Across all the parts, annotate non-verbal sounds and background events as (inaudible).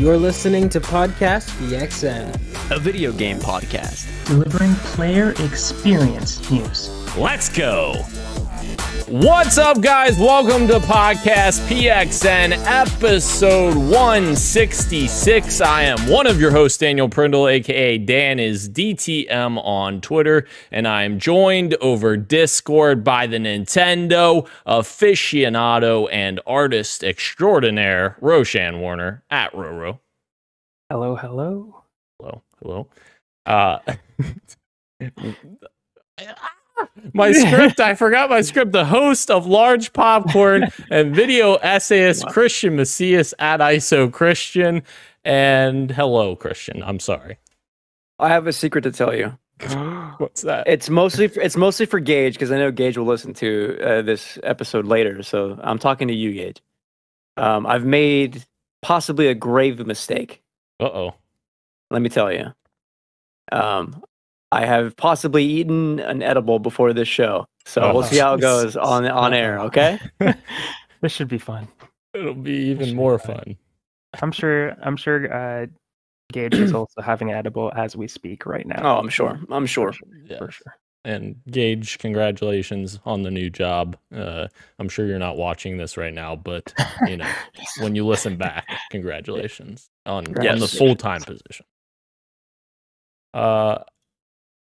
You're listening to Podcast BXN. a video game podcast. delivering player experience news. Let's go. What's up, guys? Welcome to Podcast PXN episode 166. I am one of your hosts, Daniel Prindle, aka Dan is DTM on Twitter, and I am joined over Discord by the Nintendo aficionado and artist extraordinaire, Roshan Warner at Roro. Hello, hello. Hello, hello. Uh, (laughs) my script, I forgot my script. The host of Large Popcorn and video essayist Christian Macias at ISO Christian. And hello, Christian. I'm sorry. I have a secret to tell you. What's that? It's mostly for, it's mostly for Gage because I know Gage will listen to uh, this episode later. So I'm talking to you, Gage. Um, I've made possibly a grave mistake. Uh oh. Let me tell you. Um, I have possibly eaten an edible before this show. So Oh, we'll see how it Jesus. goes on on air. Okay. (laughs) This should be fun. It'll be even more fun. I'm sure. I'm sure. Uh, Gage (clears throat) is also having an edible as we speak right now. Oh, I'm sure. I'm sure. Yeah. for sure. And Gage, congratulations on the new job. Uh, I'm sure you're not watching this right now, but you know, when you listen back, congratulations on, on the Yes. full time position. Uh,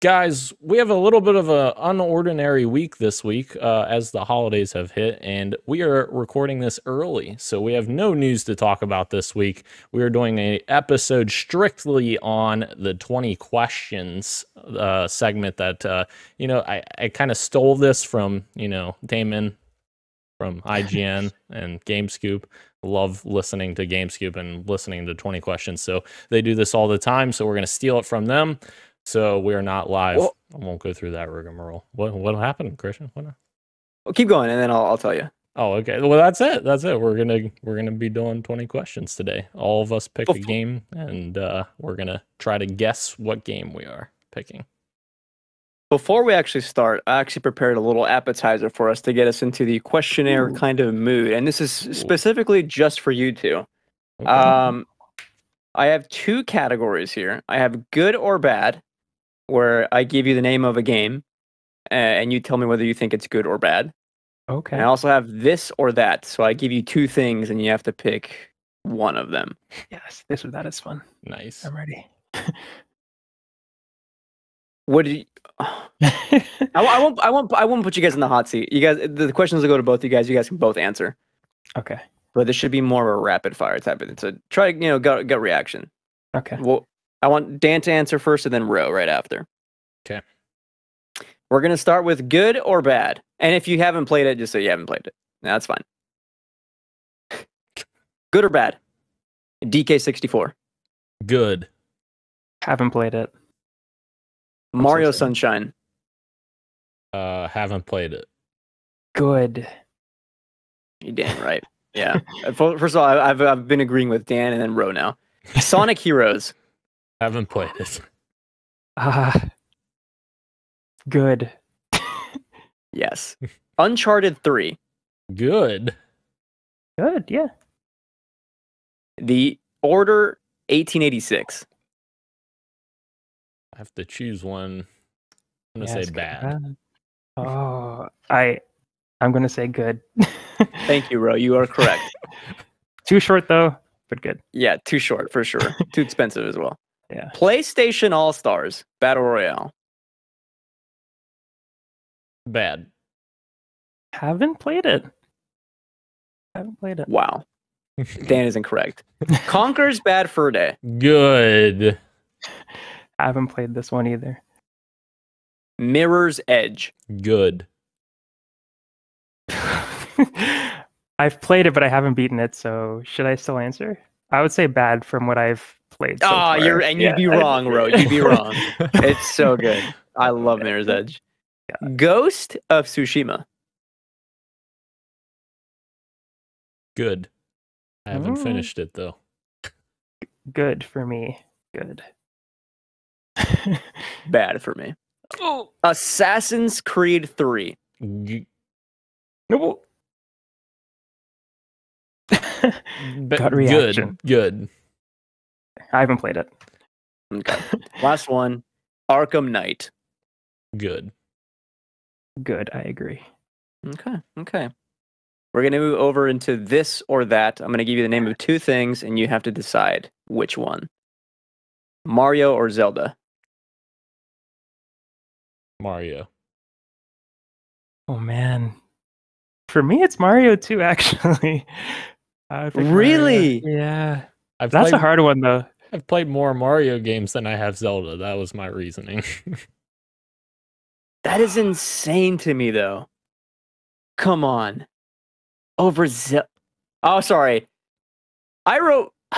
guys, we have a little bit of an unordinary week this week uh, as the holidays have hit, and we are recording this early, so we have no news to talk about this week. We are doing a episode strictly on the 20 questions uh, segment that uh, you know I, I kind of stole this from you know Damon from IGN and GameScoop. Love listening to GameScoop and listening to 20 questions. So they do this all the time. So we're going to steal it from them. So we are not live. Well- I won't go through that rigmarole. What what happened, Christian? What? Well, keep going, and then I'll, I'll tell you. Oh, okay. Well, that's it. That's it. We're gonna we're gonna be doing 20 questions today. All of us pick a Befo- game, and uh, we're gonna try to guess what game we are picking. Before we actually start, I actually prepared a little appetizer for us to get us into the questionnaire kind of mood. And this is specifically just for you two. Okay. Um, I have two categories here. I have good or bad, where I give you the name of a game a- and you tell me whether you think it's good or bad. Okay. And I also have this or that. So I give you two things and you have to pick one of them. yes. This or that is fun. nice. (laughs) I'm ready. What do you. I, uh, I won't. I won't. I won't put you guys in the hot seat. You guys, the the questions will go to both you guys. You guys can both answer, okay. but this should be more of a rapid fire type of thing. So try, you know, gut, gut reaction. Okay. Well, I want Dan to answer first and then Roe right after. 'Kay. We're going to start with good or bad. And if you haven't played it, just say you haven't played it. That's fine. (laughs) Good or bad? DK64. Good. Haven't played it. Mario sorry. Sunshine. Uh, haven't played it. Good. You damn right. Yeah. Uh, fir- First of all, I- I've, I've been agreeing with Dan and then Roe now. Sonic Heroes. Haven't played it. Ah. good. Yes. Uncharted 3. Good. Good. Yeah. The Order 1886. I have to choose one. I'm gonna Yes, say good, bad. Oh, I. I'm gonna say good. Thank you, Roe. You are (laughs) correct. (laughs) Too short though, but good. Yeah, too short for sure. too expensive as well. Yeah. PlayStation All Stars Battle Royale. Bad. Haven't played it. Haven't played (laughs) it. Wow. Dan is incorrect. Conker's Bad Fur Day. Good. I haven't played this one either. (laughs) Mirror's Edge. Good. I've played it, but I haven't beaten it. So should I still answer? I would say bad from what I've played. So Ah, you're far. and you'd Yeah. be wrong, Ro. You'd (laughs) (laughs) be wrong. It's so good. I love Mirror's Edge. Ghost of Tsushima. Good. I haven't Mm. finished it though. (laughs) Good for me. (laughs) Good. (laughs) Bad for me. Oh. Assassin's Creed 3. G- no. ba- Gut reaction. Good. Good. I haven't played it. Okay. (laughs) Last one Arkham Knight. Good. Good, I agree. Okay. Okay. We're going to move over into this or that. I'm going to give you the name of two things and you have to decide which one Mario or Zelda. Mario. Oh man, for me it's Mario 2 (laughs) actually. I would pick Mario. Really? Yeah, I've that's played, a hard one though. I've played more Mario games than I have Zelda. That was (laughs) my reasoning. (laughs) That is insane to me, though. Come on. Over Zelda. Oh, sorry. I wrote. (laughs)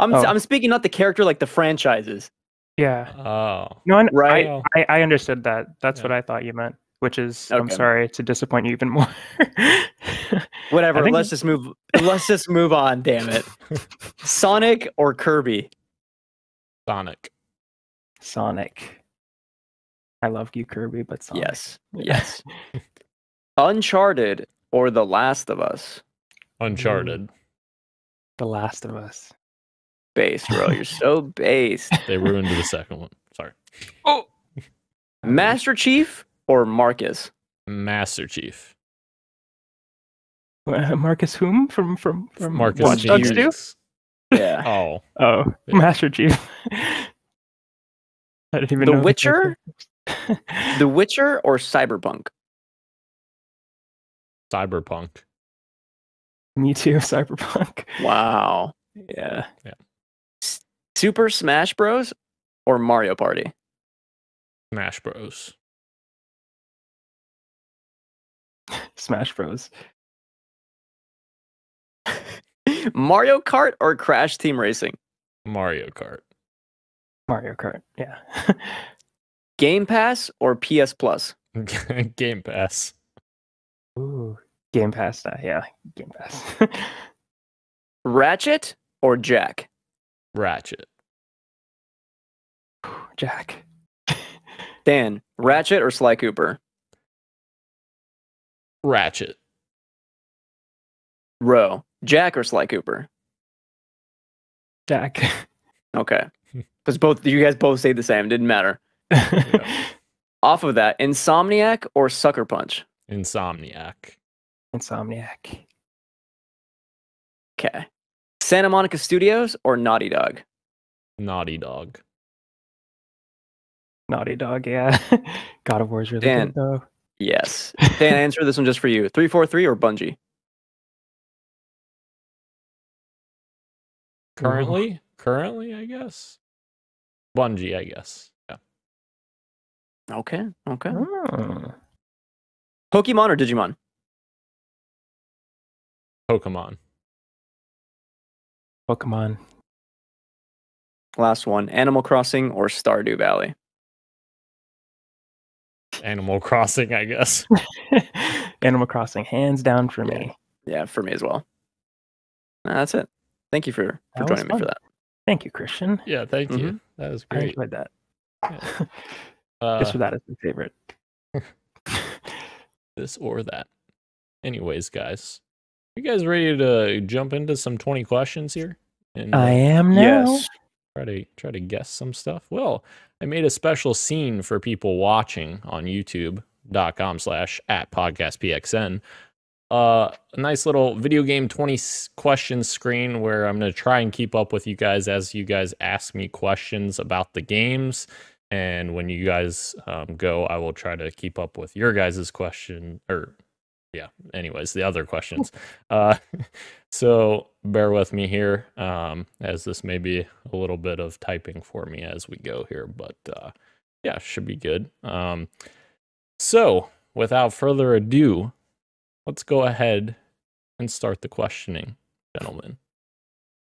I'm, Oh. I'm speaking not the character, like the franchises. Yeah, oh. no, and Right. Oh. I, I, I understood that. That's Yeah. what I thought you meant. Which is, I'm Okay. sorry to disappoint you even more. (laughs) Whatever. think- Let's just move. let's just move on. Damn (laughs) it. Sonic or Kirby? Sonic. Sonic. I love you, Kirby, but Sonic. Yes. Yes. (laughs) Uncharted or The Last of Us? Uncharted. (laughs) The Last of Us. Based, bro. You're so based. Mm. They (laughs) ruined the second one. Sorry. Master Chief or Marcus? Master Chief. Uh, Marcus whom from from from Marcus Watch Dogs Phoenix. too? Yeah. Oh. Oh, Yeah. Master Chief. (laughs) I didn't even The know they Witcher? (laughs) came from- The Witcher or Cyberpunk? Cyberpunk. Me too, Cyberpunk. Wow. Yeah. Yeah. S- Super Smash Bros. or Mario Party? Smash Bros. (laughs) Smash Bros. Mario Kart or Crash Team Racing? Mario Kart. (laughs) Mario Kart. Yeah. (laughs) Game Pass or PS Plus? Game Pass. Ooh. Game Pass. uh, yeah. Game Pass. (laughs) Ratchet or Jack? Ratchet. (sighs) Jack. Dan, Ratchet or Sly Cooper? Ratchet. Roe, Jack or Sly Cooper? Jack. Okay. Because both you guys both say the same. Didn't matter. Off of that, Insomniac or Sucker Punch? Insomniac. (laughs) Insomniac. Okay. Santa Monica Studios or Naughty Dog? Naughty Dog. Naughty Dog. Yeah. (laughs) God of War's really Dan. good though. Yes. Dan, answer this one just for you. 343 or Bungie? Currently? Currently, I guess. Bungie, I guess. Yeah. Okay. Okay. Oh. Pokemon or Digimon? Pokemon. Pokemon. (laughs) Last one. Animal Crossing or Stardew Valley? Animal (laughs) Crossing, (laughs) I guess. Animal Crossing, hands down for Yeah. me. Yeah, for me as well. Uh, that's it. Thank you for, for That was joining me for fun. that. Thank you, Christian. Yeah, thank you. That was Mm-hmm. I great. enjoyed that. (laughs) Yeah. Guess Uh, for that is my (laughs) favorite. this or that. Anyways, guys, you guys ready to jump into some 20 questions here? And, uh, I am now. try to try to guess some stuff well i made a special scene for people watching on youtube.com slash at podcast pxn uh, a nice little video game 20 s- question screen where i'm going to try and keep up with you guys as you guys ask me questions about the games and when you guys um, go i will try to keep up with your guys' question or yeah anyways the other questions uh, (laughs) so bear with me here, um, as this may be a little bit of typing for me as we go here, but uh, yeah, should be good. Um, so without further ado, let's go ahead and start the questioning, gentlemen.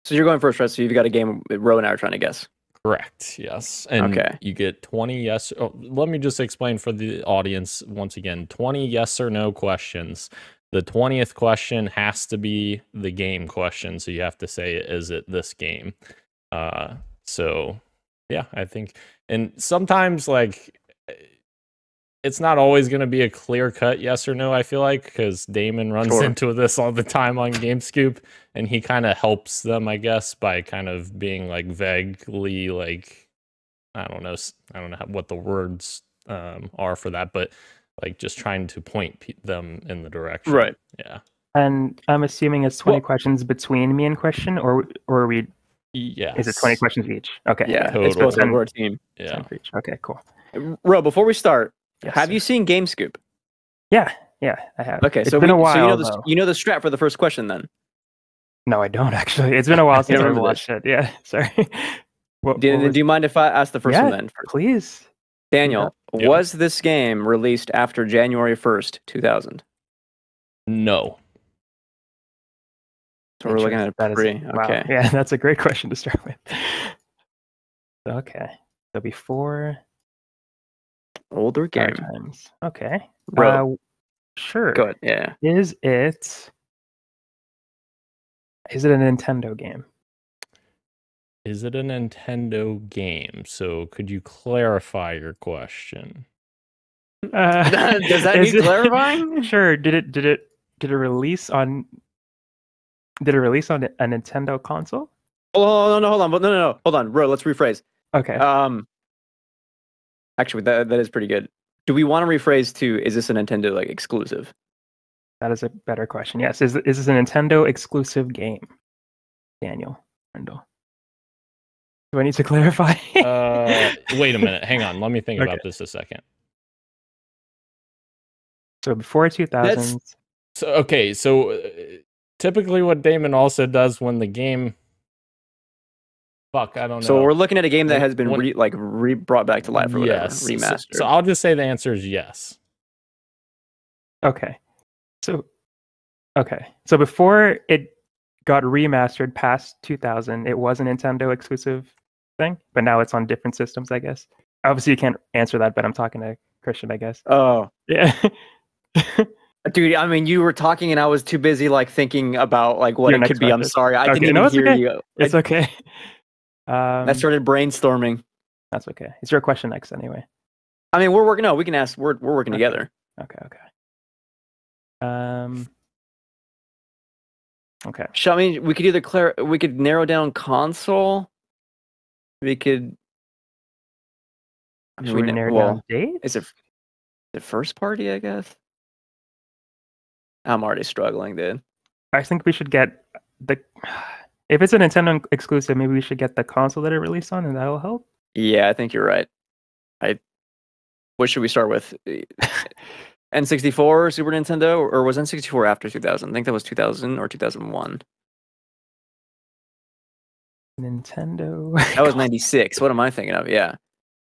So you're going first, right? So you've got a game that Roe and I are trying to guess. Correct. Yes. And Okay. you get 20 yes. Oh, let me just explain for the audience once again 20 yes or no questions. The 20th question has to be the game question. So you have to say, is it this game? Uh, so, yeah, I think. And sometimes, like, eh, it's not always going to be a clear cut yes or no. I feel like because Damon runs Sure. into this all the time on GameScoop, and he kind of helps them, I guess, by kind of being like vaguely like I don't know, s- I don't know how, what the words um, are for that, but like just trying to point pe- them in the direction. Right. Yeah. And I'm assuming it's 20 Well- questions between me and question, or or are we? Yeah. Is it 20 questions each? Okay. Yeah, it's Total. both of our team. Yeah. 10 for each. Okay. Cool. Ro, before we start, Yes. have you seen GameScoop? Yeah. Yeah. I have. Okay, It's so, been we, a while. so you know the though. you know the strat for the first question then. No, I don't actually. It's been (laughs) a while since I've remember this. watched it. Yeah. (laughs) Sorry. What- Do, what was- do you mind if I ask the first Yeah. one then? first? please. Daniel, Yeah. was this game released after January first, two thousand? No. So we're looking at That a is- pre. wow. Okay. Yeah, (laughs) that's a great question to start with. Okay. So before Older our game. times. Okay. Ro, Uh, w- sure. go ahead. Yeah. Is it? Is it a (laughs) Nintendo game? Is it a Nintendo game? So could you clarify your question? Uh, Does that (laughs) is need it- clarifying? Sure. Did it? Did it? Did it release on? Did it release on a Nintendo console? Oh no, no, hold on. No, no, no. Hold on. Ro, let's rephrase. Okay. Um actually that that is pretty good. Do we want to rephrase to is this a Nintendo like exclusive? That is a better question. Yes, is is this a Nintendo exclusive game, Daniel Randall? Do I need to (laughs) clarify? Uh, wait a minute. Hang on. Let (laughs) me think Okay. about this a second. So before two thousand, So okay, so uh, typically what Damon also does when the game fuck, Oh, I don't know. So we're looking at a game that When- has been when- re, like re brought back to life or whatever, yes. so- remastered. So, I'll just say the answer is yes. okay. So okay, so before it got remastered past two thousand, it was a Nintendo exclusive thing, but now it's on different systems, I guess. Obviously, you can't answer that, but I'm talking to Christian, I guess. (laughs) oh, Yeah. dude! I mean, you were talking and I was too busy like thinking about like what Your it next could be. I'm question. sorry, I didn't Okay, no, even it's hear okay. you. it's I, okay. Um, I started brainstorming. That's okay. It's your question next, anyway. I mean, we're working. No, we can ask. We're we're working Okay. together. Okay, okay. Um. Okay. Sh- I mean, we could either clear. We could narrow down console. We could. I mean, Should we kn- narrow well, down date? Is it the first party? I guess. I'm already struggling, dude. I think we should get the. (sighs) If it's a Nintendo inc- exclusive, maybe we should get the console that it released on, and that'll help. Yeah, I think you're right. I. What should we start (laughs) with? Eh, N64, Super Nintendo, or was N64 after 2000? I think that was 2000 or 2001. Nintendo. That was 96. What am I thinking of? Yeah.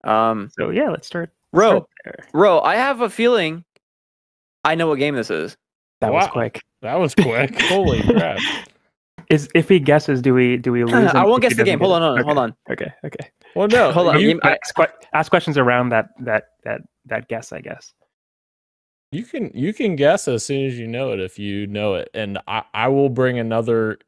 Um, (laughs) so yeah, let's start. let's Ro, start there. Ro, I have a feeling I know what game this is. That was Wow. quick. That was (laughs) quick. Holy crap. Is if he guesses, do we do we lose? him (laughs) I won't if he guess the game. doesn't Hold on, get it? hold on, okay. hold on. Okay, okay. Well no, Hold on, You, you- I- ask, que- ask questions around that that that that guess, I guess. you can you can guess as soon as you know it if you know it. And I, I will bring another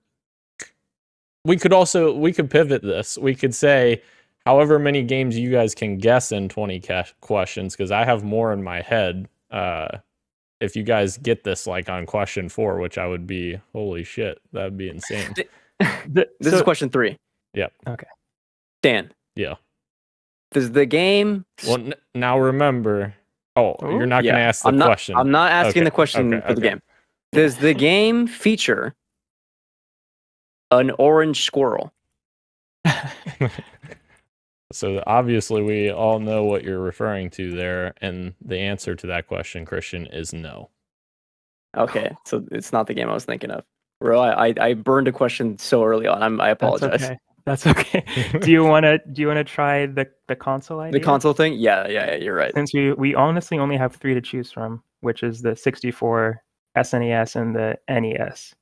we could also we could pivot this. We could say however many games you guys can guess in 20 ca- questions because I have more in my head. Uh, if you guys get this like on question four, which I would be holy shit, that'd (laughs) be insane. The- This is so- question three. Yep. Okay. Dan. Yeah. Does the game. Well, n- now remember. Oh, Ooh. you're not gonna Yeah, ask the I'm not, question. I'm not asking Okay, the question okay, for the okay. game. Does the game feature an orange squirrel? so obviously, we all know what you're referring to there, and the answer to that question, Christian, is no. Okay, (sighs) so it's not the game I was thinking of. Bro, I, I, I burned a question so early on. I'm, I That's apologize. okay. (laughs) That's okay. do you want to do you want to try the the console idea? The console thing? Yeah, yeah, yeah, you're right. Since we we honestly only have three to choose from, which is the 64, SNES, E and the NES,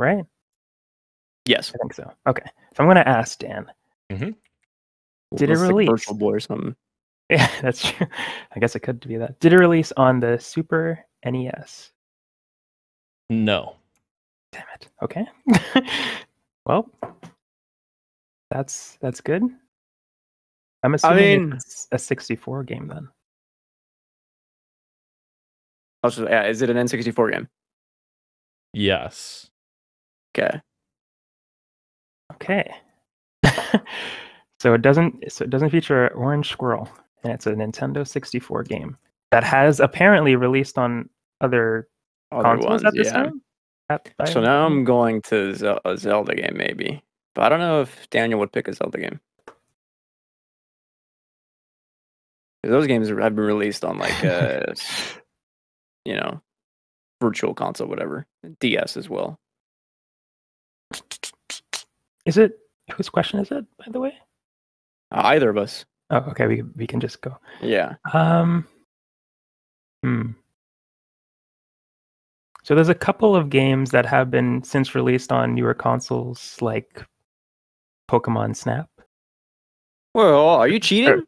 right? Yes. I think so. Okay, so I'm gonna ask Dan. (laughs) Did it It's like release? Virtual Boy or something. Yeah, that's true. I guess it could be that. Did it release on the Super E NES? No. Damn it. Okay. (laughs) well, that's that's good. I'm assuming mean- it's a 64 game then. I was just, yeah, is it an N64 game? Yes. Okay. Okay. (laughs) so it doesn't so it doesn't feature an orange squirrel, and it's a Nintendo 64 game that has apparently released on other Other consoles at this yeah. time. At- I- So now I'm going to Zel- a Zelda game maybe, but I don't know if Daniel would pick a Zelda game. 'Cause Those games are- have been released on like, uh, (laughs) s- you know, virtual console, whatever, DS as well. is it whose question is it by the way? Uh, either of us, Oh, okay. We we can just go. yeah. Um. Hmm. So there's a couple of games that have been since released on newer consoles, like Pokemon Snap. Well, are you cheating?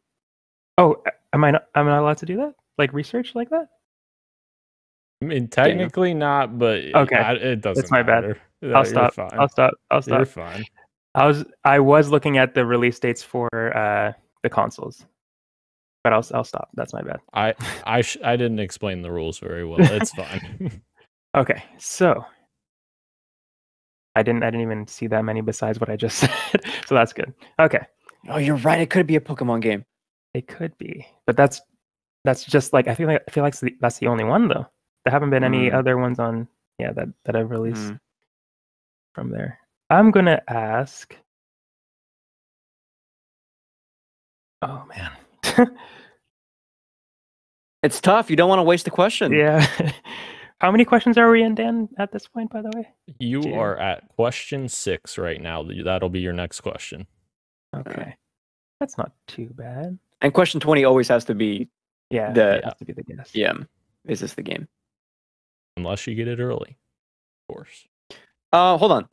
Oh, a- am I not, am I not allowed to do that? Like research like that? I mean, technically not, but it- Okay. I- it doesn't. my bad. matter. (laughs) No, I'll you're stop. fine. I'll stop. I'll You're stop. fine. I was I was looking at the release dates for uh, the consoles, but I'll I'll stop. That's my bad. I I sh- I didn't explain the rules very (laughs) well. It's fine. (laughs) Okay, so I didn't I didn't even see that many besides what I just (laughs) said, so that's good. Okay, Oh, you're right. It could be a Pokemon game. it could be, but that's that's just like I feel like I feel like it's the- that's the only one though. There haven't been any Mm. other ones on yeah that that I've released Mm. from there. I'm gonna ask. Oh man, (laughs) It's tough. You don't want to waste the question. yeah. (laughs) How many questions are we in, Dan? At this point, by the way. you Dude. are at question six right now. That'll be your next question. Uh, Okay, that's not too bad. And question 20 always has to be, Yeah, The- that has to be the guess. yeah, is this the game? Unless you get it early, of course. Uh, hold on.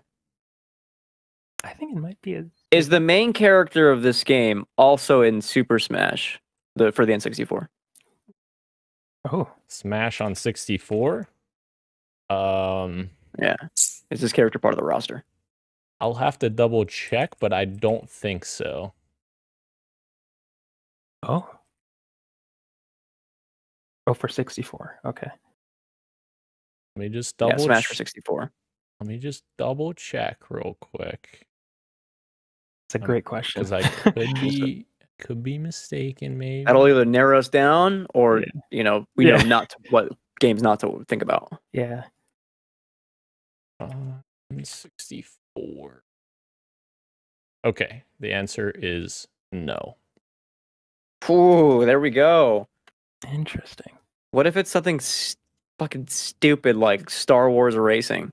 I think it might be a Is the main character of this game also in Super Smash the, for the N64? Oh, Smash on 64. Um, Is this character part of the roster? I'll have to double check, but I don't think so. oh, oh, for sixty-four. Okay, Let me just double yeah, Smash for ch- 64. Let me just double check real quick (laughs) it's a Um, great question. (laughs) because I could be could be mistaken. Maybe That'll either narrow us down or, Yeah. you know, we Yeah. know not to, what games not to think about. yeah, Um, 64. Okay, the answer is no. Ooh, there we go. interesting. What if it's something s fucking stupid like Star Wars Racing,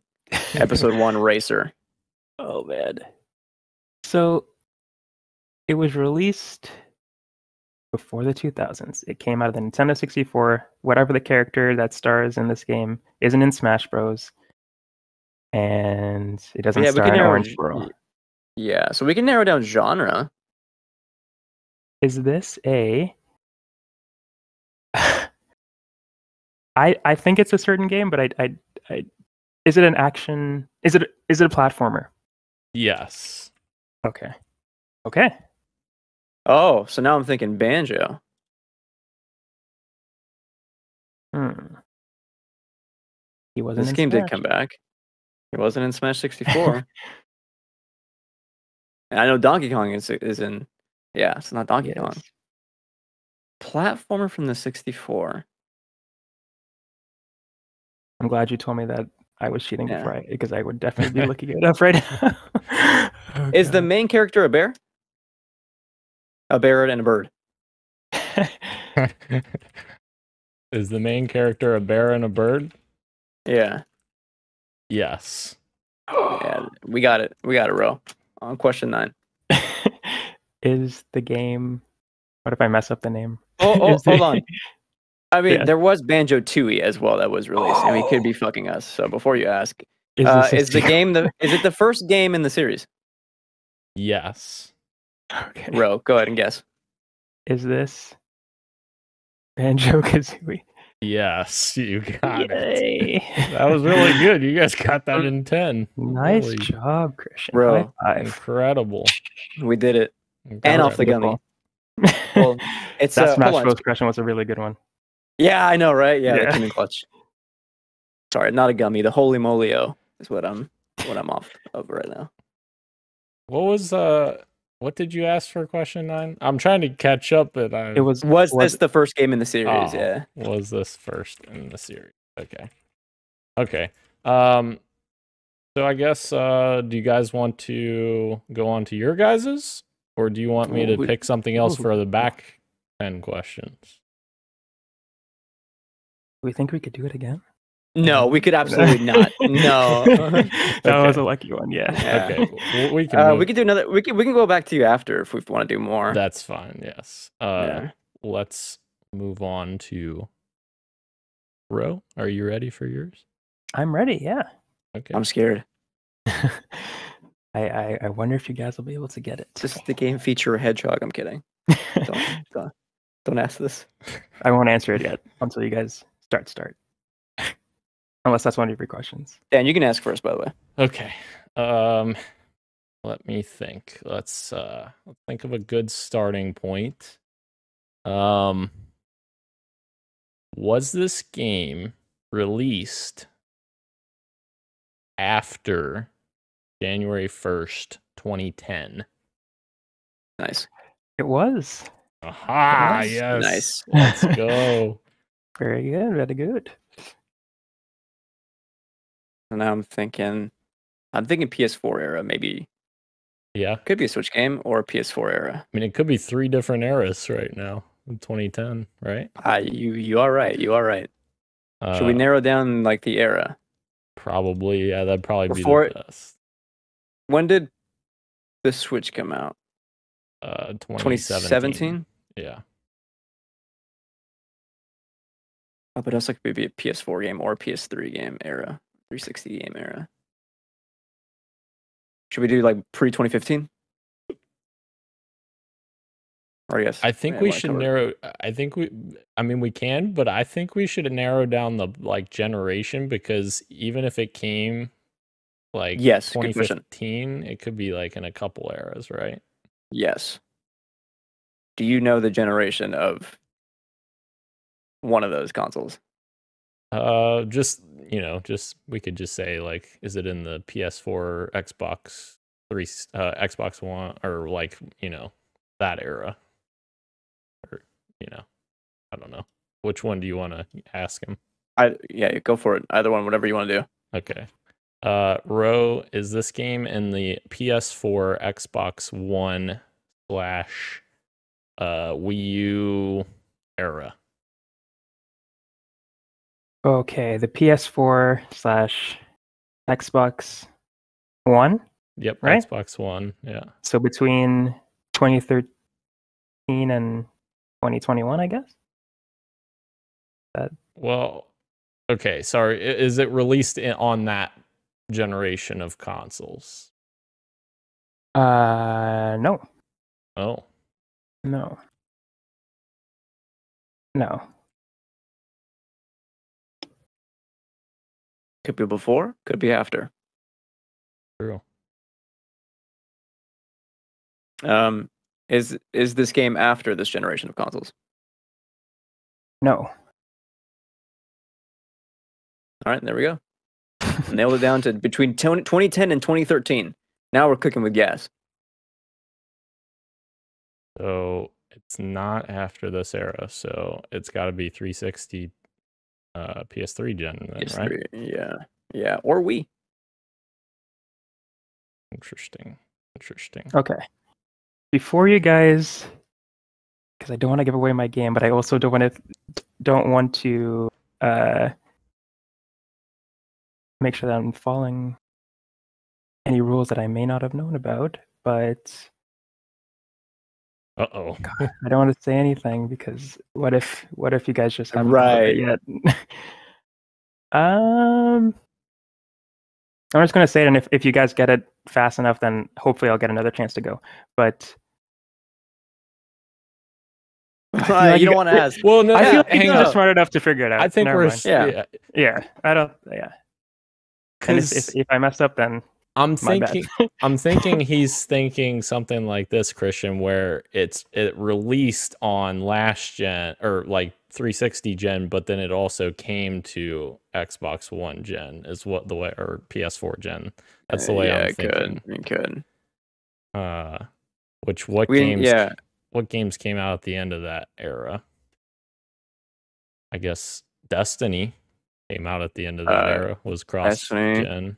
Episode 1 Racer? Oh man. So, it was released before the 2000s. It came out of the Nintendo 64. Whatever the character that stars in this game isn't in Smash Bros. And it doesn't Yeah, we star can an narrow- orange squirrel. Yeah, so we can narrow down genre. is this a (laughs) I I think it's a certain game, but I I, I is it an action is it is it a platformer? Yes. (laughs) Okay. Okay. Oh, so now I'm thinking Banjo. Hmm. He wasn't This in game Smash. did come back. It wasn't in Smash (laughs) 64. and I know Donkey Kong is, is in. Yeah, it's not Donkey Kong. Yes. Platformer from the 64. I'm glad you told me that I was cheating Yeah. before I because I (laughs) would definitely be looking it up right now. (laughs) Oh, Is the main character a bear? A bear and a bird. God. is the main character a bear and a bird? Yeah, Yes. yeah, we got it. We got it, Ro. On question nine. is the game what if I mess up the name? Oh, oh, Is hold the- on. I mean, Yeah. there was Banjo Tooie as well that was released, and he could be fucking us. So before you ask, (laughs) Is, uh, this a is the (laughs) sequel? game the is it the first game in the series? Yes. Okay. Ro, go ahead and guess. is this Banjo Kazooie? (laughs) Yes. (laughs) You got it. That Ah, That (laughs) was really good. You guys (laughs) got that in 10. nice Really job, Christian. Bro. High five. Incredible. We did it. And off the Incredible. gummy. Well, It's that uh, Smash (laughs) hold on. Bros. Christian was a really good one. Yeah, I know, right? Yeah, Yeah. (laughs) the Kingdom Clutch. Sorry, not a gummy. The holy molio is what I'm what I'm off of right now. What was uh what did you ask for question nine? I'm trying to catch up, but I It was Was was- this the first game in the series? Oh. Yeah. was this first in the series. Okay. Okay. Um so I guess uh do you guys want to go on to your guys's? Or do you want me to Ooh. pick something else Ooh. for the back ten questions? we think we could do it again? (laughs) No, we could (laughs) absolutely not. No. that was a lucky one. Yeah. Yeah. Okay. (laughs) w- We can Uh, we move- could do another. We can we can go back to you after if we want to do more. that's fine, yes. Uh Yeah. let's move on to Ro. Are you ready for yours? I'm ready. Yeah. Okay. I'm scared. I, I I wonder if you guys will be able to get it. (laughs) Does the game feature a hedgehog? I'm kidding. (laughs) Don't (laughs) don't, don't ask this. I won't answer it yet until you guys start start. (laughs) Unless that's one of your questions. Dan, you can ask first, by the way. Okay. Um let me think. Let's uh let's think of a good starting point. Um was this game released after January 1st, 2010? Nice. It was Aha, Nice, yes. nice. (laughs) (laughs) Let's go. very good. Very good. And now I'm thinking, I'm thinking PS4 era. Maybe Yeah. could be a Switch game or a PS4 era. I mean, it could be three different eras right now in 2010, right? Ah, you you are right. You are right. Should we Uh, narrow down like the era? Probably, yeah, that'd probably Before be it- the best. When did the Switch come out? Uh, 2017. 2017. Yeah. Oh, but also could be a PS4 game or a PS3 game era, 360 game era. Should we do like pre 2015? Or yes, I think yeah, we wanna should cover- narrow. I think we. I mean, we can, but I think we should narrow down the like generation because even if it came, like Yes, good question. 2015, it could be like in a couple eras, right? Yes. Do you know the generation of one of those consoles? Uh, just you know, just we could just say like, is it in the PS4, Xbox three, uh, Xbox One, or like you know that era, or you know, I don't know. Which one do you want to ask him? I yeah, go for it. Either one, whatever you want to do. Okay. Uh, Ro, is this game in the PS4, Xbox One slash uh Wii U era? Okay, the PS4 slash Xbox One. Yep, Right. Xbox One. Yeah. So between 2013 and 2021, I guess. Well, okay. Sorry, i- is it released in, on that generation of consoles? Uh, no, Oh, no, no. Could be before, could be after. true. Um, is is this game after this generation of consoles? No. All right, there we (laughs) go. Nailed it down to between 10 2010 and 2013. Now we're cooking with gas. So it's not after this era. So it's got to be 360, uh, PS3 gen, then, Yes, right? three- Yeah, yeah, or (laughs) we. Interesting. Interesting. Okay. Before you guys, because I don't want to give away my game, but I also don't want to don't want to uh, make sure that I'm following any rules that I may not have known about. But Uh oh. I don't want to say anything because what if what if you guys just haven't Right. thought of it yet? (laughs) um, I'm just gonna say it, and if if you guys get it fast enough, then hopefully I'll get another chance to go. But (laughs) I feel Right, (laughs) like you don't got- want to ask. Well, no, I feel Yeah, like you hang guys on. are smart enough to figure it out. I think Never we're mind. Yeah. yeah. yeah. I don't. Yeah. And if, if, Because if I mess up, then I'm my bad. thinking, (laughs) I'm thinking he's thinking something like this, Christian, where it's it released on last gen or like 360 gen, but then it also came to Xbox One gen, is what the way or PS4 gen. That's the way Uh, yeah, I'm thinking. Good. Good. Uh, which what We, games? yeah. What games came out at the end of that era? I guess Destiny came out at the end of that Uh, era. Was cross Destiny. gen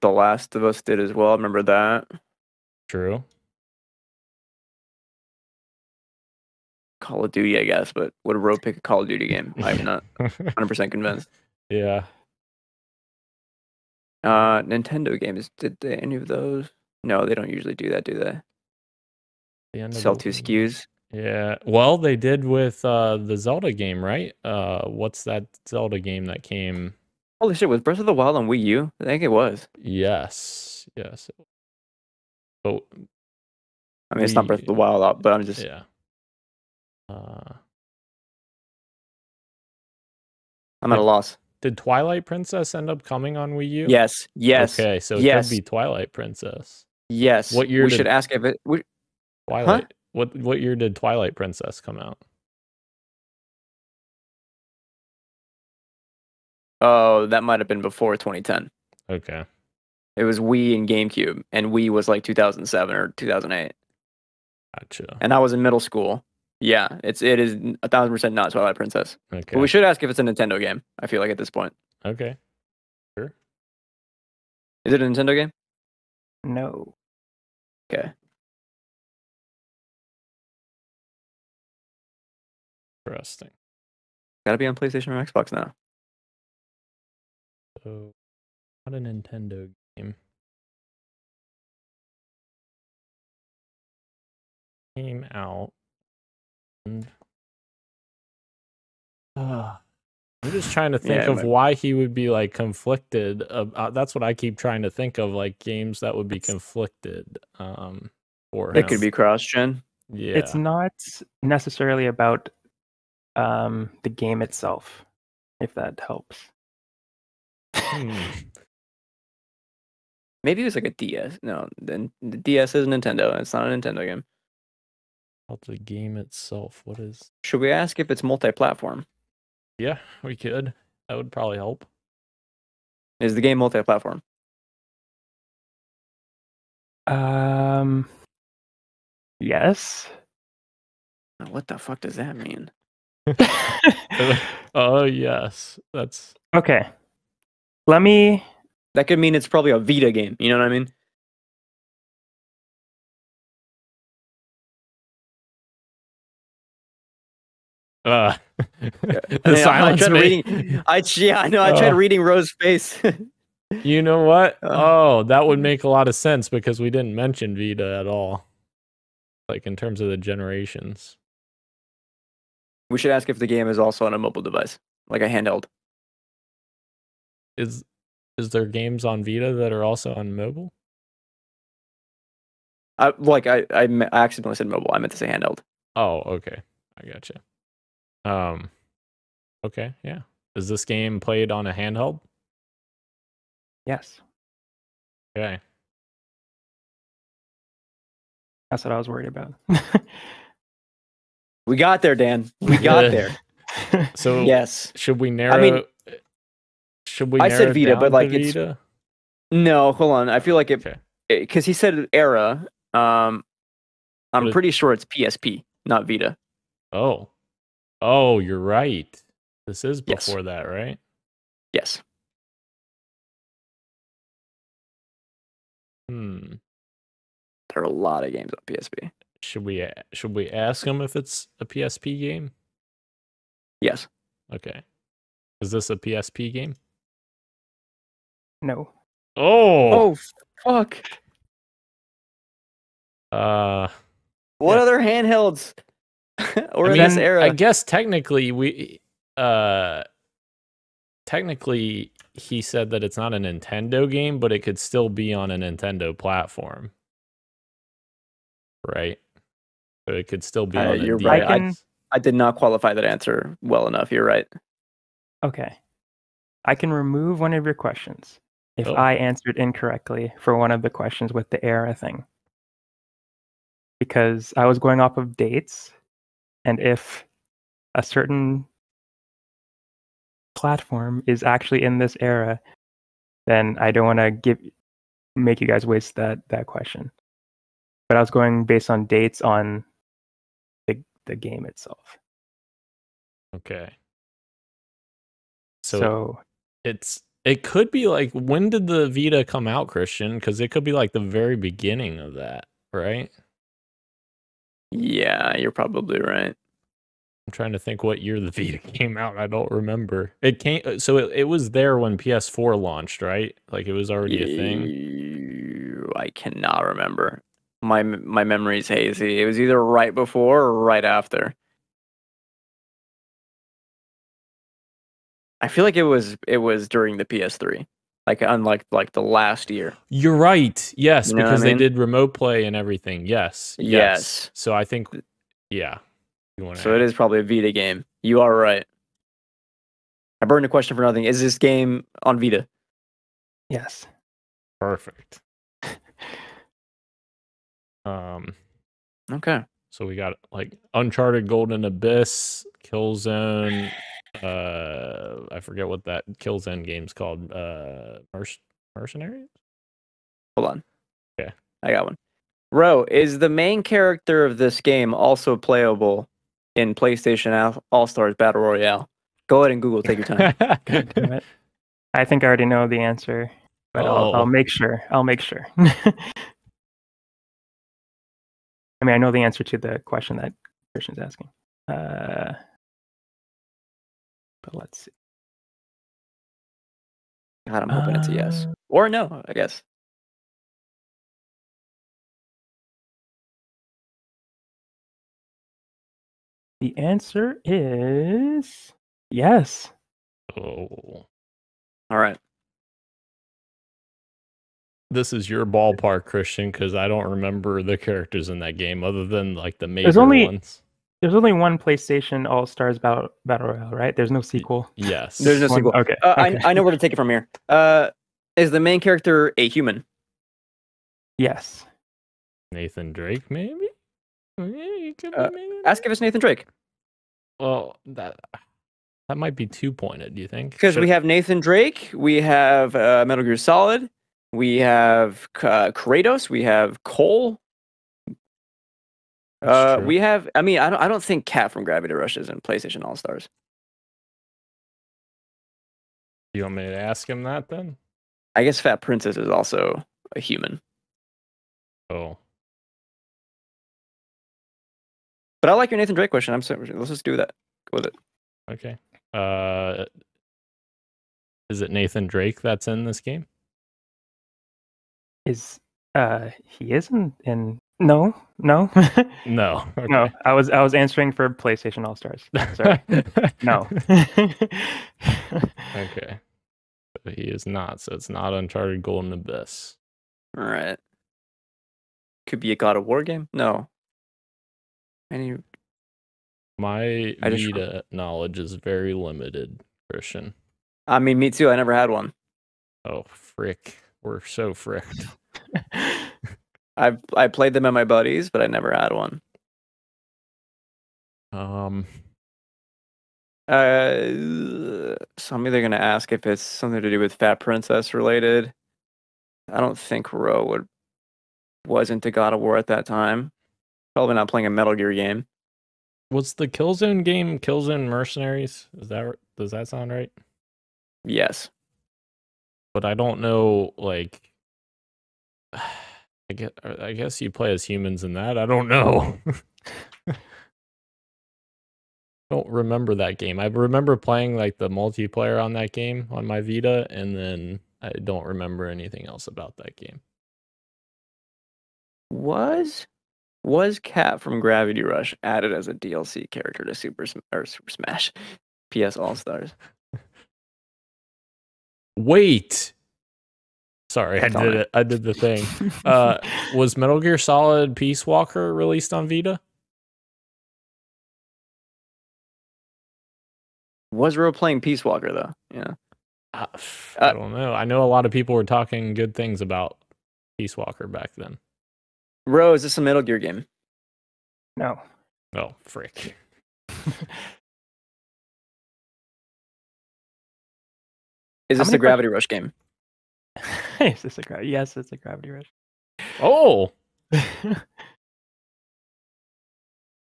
The Last of Us did as well. Remember that? true? Call of Duty, I guess, but would a road pick a Call of Duty game? (laughs) I'm not 100% convinced. yeah. Uh, Nintendo games, did they, any of those? No, they don't usually do that, do they? The end of Sell the- two SKUs. Yeah. Well, they did with uh the Zelda game, right? Uh what's that Zelda game that came? Holy shit, was Breath of the Wild on Wii U? I think it was. Yes. Yes. Oh, But I mean, it's not Wii Breath of the U. Wild, uh, but I'm just. yeah. Uh I'm at a loss. did Twilight Princess end up coming on Wii U? Yes, yes, Okay, so it yes. could be Twilight Princess. yes. What year We did- should ask if it. We, Twilight. What what year did Twilight Princess come out? oh, that might have been before 2010. Okay. It was Wii and GameCube, and Wii was like 2007 or 2008. Gotcha. And I was in middle school. Yeah, it's it is n- a thousand percent not Twilight Princess. Okay. But we should ask if it's a Nintendo game. I feel like at this point, okay. Sure. is it a Nintendo game? No. Okay. Interesting. Gotta be on PlayStation or Xbox now. So, not a Nintendo game. Came out. And, Ah, I'm just trying to think Yeah, of but- why he would be like conflicted. About, that's what I keep trying to think of, like games that would be conflicted. Um, for It could him. be cross gen. Yeah. It's not necessarily about um, the game itself, if that helps. Hmm. Maybe it was like a DS. No, then the DS is Nintendo. It's not a Nintendo game. About the game itself. What is? Should we ask if it's multi-platform? Yeah, we could. That would probably help. Is the game multi-platform? Um, yes. (laughs) Now, What the fuck does that mean? Oh yes, that's okay. Let me. That could mean it's probably a Vita game. You know what I mean? Uh, I (laughs) the mean, I- I silence. tried made- reading. I yeah, I know. I tried Oh. reading Rose's face. (laughs) You know what? Uh. Oh, that would make a lot of sense because we didn't mention Vita at all, like in terms of the generations. we should ask if the game is also on a mobile device, like a handheld. Is is there games on Vita that are also on mobile? I like I I, me- I accidentally said mobile. I meant to say handheld. Oh, okay, I gotcha. Um, okay, yeah. Is this game played on a handheld? Yes. Okay, That's what I was worried about. (laughs) We got there, Dan. (laughs) We got there. so Yes. should we narrow? I mean- should we? I said narrow it Vita, down but, to like, it's- Vita? No, hold on. I feel like it Okay. because he said era. Um, I'm But it- pretty sure it's PSP, not Vita. Oh. Oh, you're right. This is Yes. before that, right? Yes. Hmm. There are a lot of games on PSP. Should we a- should we ask him if it's a PSP game? Yes. Okay. Is this a PSP game? no. Oh. fuck. Uh What Yeah. other handhelds (laughs) or I in this mean, era? I guess technically we uh technically he said that it's not a Nintendo game, but it could still be on a Nintendo platform. Right? So it could still be Uh, on a you're DS. right. I can- I did not qualify that answer well enough. You're right. Okay. I can remove one of your questions if Oh. I answered incorrectly for one of the questions with the era thing. Because I was going off of dates, and if a certain platform is actually in this era, then I don't want to give make you guys waste that that question. But I was going based on dates on the the game itself. Okay. So, So, it's it could be like when did the Vita come out, Christian? Because it could be like the very beginning of that, right? Yeah, you're probably right. I'm trying to think what year the Vita (laughs) came out. I don't remember. It came uh, so it, it was there when PS4 launched, right? Like it was already a thing. Y- I cannot remember. My m- my memory's hazy. It was either right before or right after. I feel like it was it was during the PS3, like unlike like the last year. You're right. Yes, You know what I because mean? they did remote play and everything. Yes. Yes. So I think yeah. You want So it is probably a Vita game. You are right. I burned a question for nothing. Is this game on Vita? yes. (laughs) perfect. um Okay. So we got like Uncharted Golden Abyss, Killzone, uh I forget what that Killzone game's called. Uh Merc- Mercenary? (laughs) Hold on. Okay. I got one. Ro, is the main character of this game also playable in PlayStation All Stars Battle Royale? Go ahead and Google. Take your (laughs) time. But I think I already know the answer, but I'll, Oh. I'll make sure. I'll make sure. (laughs) I mean, I know the answer to the question that Christian's asking. Uh, but let's see. God, I'm hoping it's a yes Uh, or no. I guess. The answer is yes. Oh. All right. This is your ballpark, Christian, because I don't remember the characters in that game other than like the major only- ones. There's only one PlayStation All Stars Battle, Battle Royale, right? There's no sequel. Yes. There's no One- sequel. Okay. Uh, okay. I, I know where to take it from here. Uh, is the main character a human? Yes. Nathan Drake, maybe? Yeah, you could Uh, be Nathan Ask Drake. if it's Nathan Drake Well, that that might be two pointed, do you think? because we Should- have Nathan Drake, we have uh, Metal Gear Solid, we have K- uh, Kratos, we have Cole. That's Uh, true. we have. I mean, I don't. I don't think Cat from Gravity Rush is in PlayStation All Stars. you want me to ask him that then? I guess Fat Princess is also a human. Oh. But I like your Nathan Drake question. I'm sorry. Let's just do that. Go with it. Okay. Uh is it Nathan Drake that's in this game? Is uh he isn't in no no (laughs) No. (laughs) Okay. no I was I was answering for PlayStation All Stars. (laughs) Sorry. no. (laughs) okay. So he is not. So it's not Uncharted Golden Abyss. All right. Could be a God of War game. No. Any. My I just- Vita knowledge is very limited, Christian. I mean, me too. I never had one. Oh frick. We're so fricked. I I played them at my buddies, but I never had one. Um Uh, so I'm either gonna ask if it's something to do with Fat Princess related. I don't think Ro would wasn't to God of War at that time. Probably not playing a Metal Gear game. was the Killzone game Killzone Mercenaries? Is that r- does that sound right? Yes. but I don't know like (sighs) I guess, I guess you play as humans in that. I don't know. (laughs) don't remember that game. I remember playing like the multiplayer on that game on my Vita and then I don't remember anything else about that game. Was was Cat from Gravity Rush added as a DLC character to Super Sm- or Super Smash (laughs) PS All Stars? Wait. Sorry, I It's all did right. it. I did the thing. (laughs) Uh, was Metal Gear Solid Peace Walker released on Vita? Was Ro playing Peace Walker though? Yeah. Uh, pff, Uh, (sighs) I don't know. I know a lot of people were talking good things about Peace Walker back then. Ro, (laughs) is this a Metal Gear game? no. Oh, frick. Is How this many the fu- Gravity Rush game? Is this a gra- yes, it's a gravity rush. Oh,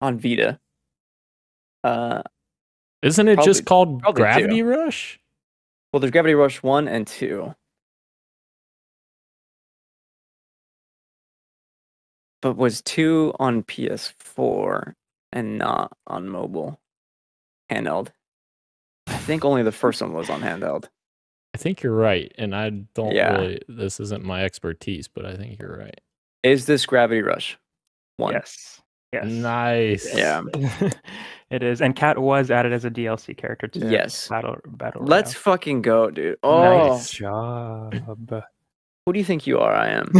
on Vita. Uh, isn't it Probably- just called probably two. Gravity Rush? well, there's Gravity Rush one and two. But was two on PS4 and not on mobile? Handheld. I think only the first one was on handheld. I think you're right, and I don't Yeah. really. This isn't my expertise, but I think you're right. Is this Gravity Rush? One. Yes. Yes. Nice. Yeah. (laughs) it is. And Cat was added as a DLC character to Yes. Battle Battle. Royale. Let's fucking go, dude. Oh, nice job. who do you think you are? I (laughs) am.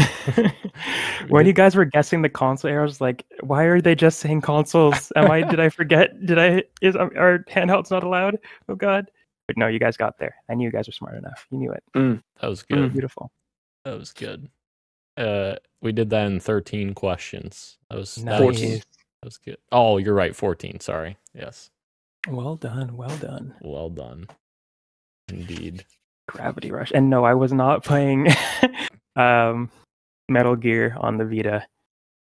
when you guys were guessing the console era, I was like, why are they just saying consoles? Am I? (laughs) Did I forget? Did I? Is um, are handhelds not allowed? Oh God! But no, you guys got there. I knew you guys were smart enough. You knew it. That was It was Mm. good. Beautiful. That was good. Uh, we did that in 13 questions. That was that was- Nice. That was good. Oh, you're right. 14. Sorry. Yes. Well done. Well done. Well done. Indeed. Gravity Rush. And no, I was not playing (laughs) um, Metal Gear on the Vita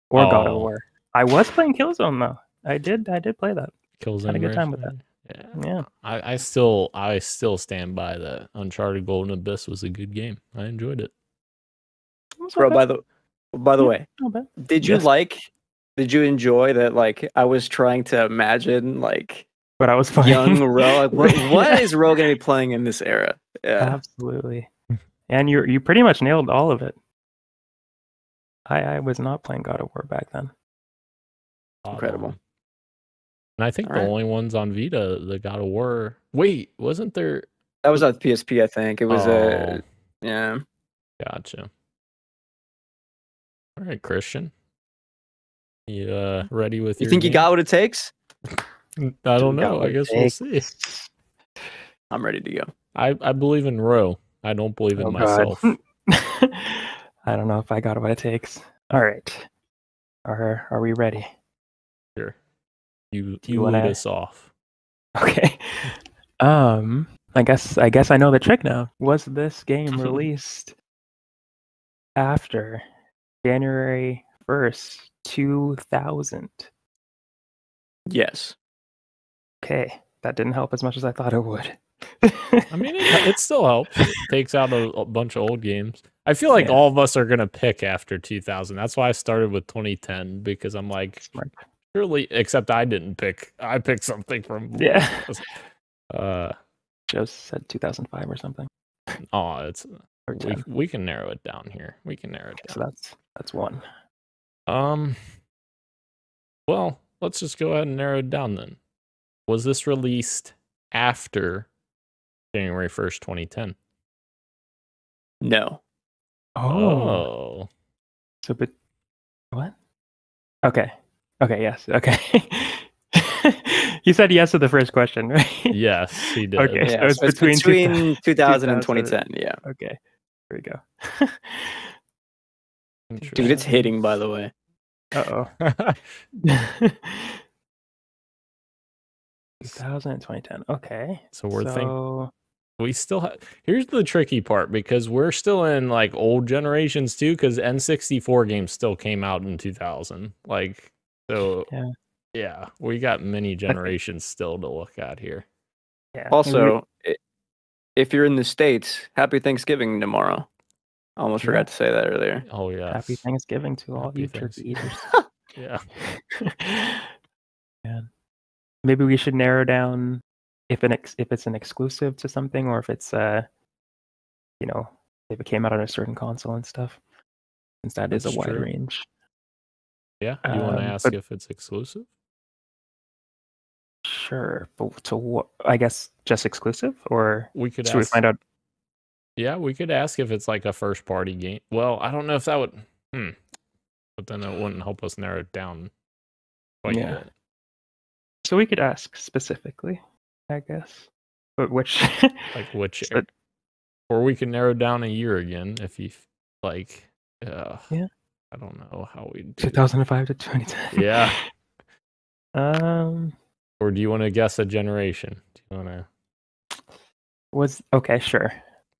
or God Oh. of War. I was playing Killzone though. I did. I did play that. Kills Had a good time with that. Yeah. Yeah. I, I still I still stand by that Uncharted Golden Abyss was a good game. I enjoyed it. It was Bro, not by bad, the by (laughs) the way, not bad. Did you Yes. like? Did you enjoy that? Like, I was trying to imagine like But I was playing young Ro. Like, what, (laughs) what Yeah. is Ro gonna be playing in this era? Uh, Yeah, Absolutely. And you you pretty much nailed all of it. I I was not playing God of War back then. Spot Incredible. on. And I think All the right. only ones on Vita, the God of War. Wait, wasn't there? that was on PSP. I think it was uh, oh, a yeah. gotcha. All right, Christian. You uh, ready with You your think you game? got what it takes? I don't you got know. what I it guess we'll see. I'm ready to go. I, I believe in Roe. I don't believe in Oh, God. myself. (laughs) I don't know if I got what it takes. All right. Are are we ready? (laughs) Here. You Do you you lead eh? wanna- us off. Okay. Um, I guess I guess I know the trick now. Was this (laughs) game released after January first, two thousand? Yes. Okay, that didn't help as much as I thought it would. I mean, (laughs) (laughs) it, it still helps. It takes out a, a bunch of old games. I feel like Yeah. all of us are gonna pick after 2000. That's why I started with 2010 because I'm like, Smart. surely. Except I didn't pick. I picked something from. yeah, Uh Joe said two thousand five or something. oh, it's Or we 10. we can narrow it down here. We can narrow it So that's that's one. down. Um. Well, let's just go ahead and narrow it down then. Was this released after January 1st, 2010? No. Oh. so but what? Okay, okay, yes, okay. (laughs) you said yes to the first question, right? Yes, he did. Okay. Yeah, so (laughs) it's between two thou- between 2000 and 2010. Yeah, (laughs) Okay, here we go. (laughs) dude, it's hitting. By the way, Uh (laughs) Interesting. oh. 2000 and 2010. Okay. so we're thinking so, we still have. Here's the tricky part because we're still in like old generations too. Because N64 games still came out in 2000. Like so. Yeah. Yeah, we got many generations still to look at here. yeah. also, i if you're in the states, happy Thanksgiving tomorrow. I almost Yeah. forgot to say that earlier. Oh yeah. happy Thanksgiving to all Happy you turkey Thanksgiving. eaters. Yeah. (laughs) Man. Maybe we should narrow down if an ex- if it's an exclusive to something or if it's uh you know if it came out on a certain console and stuff. Since that is That's a wide true. range. Yeah. You want to Um, ask but- if it's exclusive? Sure, but to what? I guess just exclusive, or We could should ask. we find out? Yeah, we could ask if it's like a first party game. Well, I don't know if that would. Hmm. But then it wouldn't help us narrow it down. Quite Yeah. yet. So we could ask specifically, I guess. But which? (laughs) Like which. So- or we could narrow down a year again if you f- like. Uh, Yeah. I don't know how we. 2005 to 2010. Yeah. (laughs) Um. Or do you want to guess a generation? Do you want to? Was okay. Sure.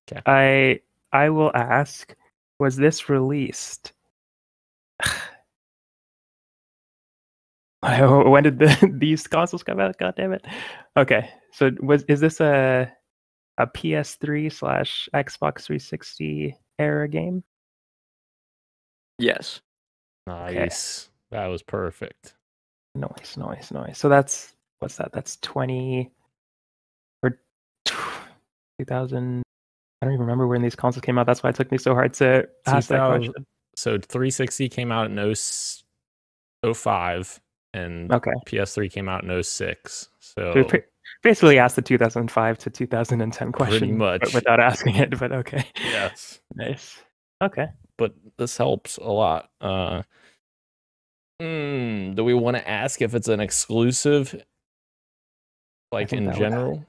Okay. I I will ask, was this released? (sighs) I- when did the, (laughs) these consoles come out? God damn it! Okay, so was is this a a PS3 slash Xbox 360 era game? Yes. Nice. That was perfect. Noise, noise, noise. So that's what's that? That's twenty or two thousand. I don't even remember when these consoles came out. That's why it took me so hard to ask that 2000 question. So 360 came out in 0- 05 and Okay. PS3 came out in 06. So So we pre- basically asked the 2005 to 2010 Pretty question but much. without asking it, but okay. yes. (laughs) Nice. Okay. But this helps a lot. Uh mm, do we want to ask if it's an exclusive like think in that would- general?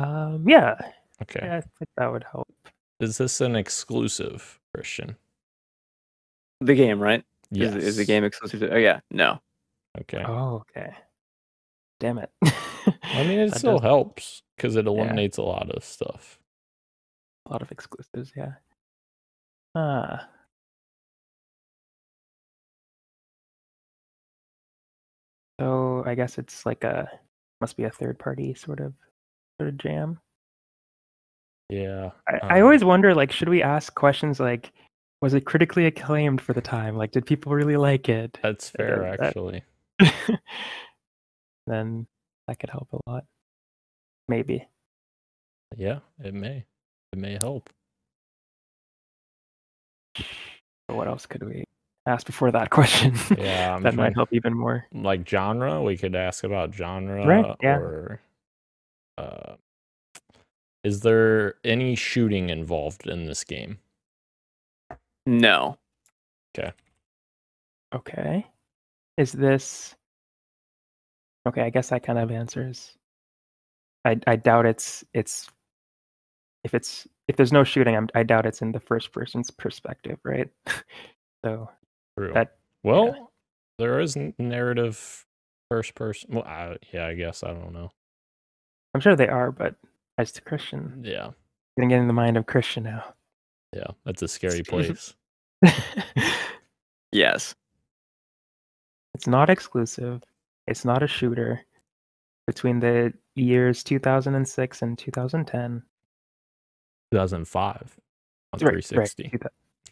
Um, yeah. Okay. yeah. I think that would help. Is this an exclusive, Christian? The game, right? Is, is the game exclusive? To, oh yeah. No. Okay. Oh, okay. Damn it. I mean, (laughs) it That still does- helps because it eliminates a lot of stuff. a lot of exclusives, yeah. Uh, so I guess it's like a must be a third party sort of sort of jam. Yeah. I, I Um, always wonder like should we ask questions like was it critically acclaimed for the time? Like did people really like it? That's fair, does that. actually. (laughs) then that could help a lot. Maybe. Yeah, it may. It may (laughs) help. But what else could we ask before that (laughs) question? Yeah, I'm that trying- might help even more. Like genre, we could ask about genre. yeah. Or, uh, is there any shooting involved in this game? No. Okay. Is this Okay, I guess that kind of answers. I I doubt it's it's if it's if there's no shooting, I'm, I doubt it's in the first person's perspective, right? (laughs) so True. That- well, there is n- narrative first person. Well, I, yeah, I guess I don't know. I'm sure they are, but as to Christian, Yeah, gonna get in the mind of Christian now. (laughs) yeah, that's a scary place. Yes. It's not exclusive. It's not a shooter. Between the years 2006 and 2010. 2005 on Right, right, 360. two (laughs) thou-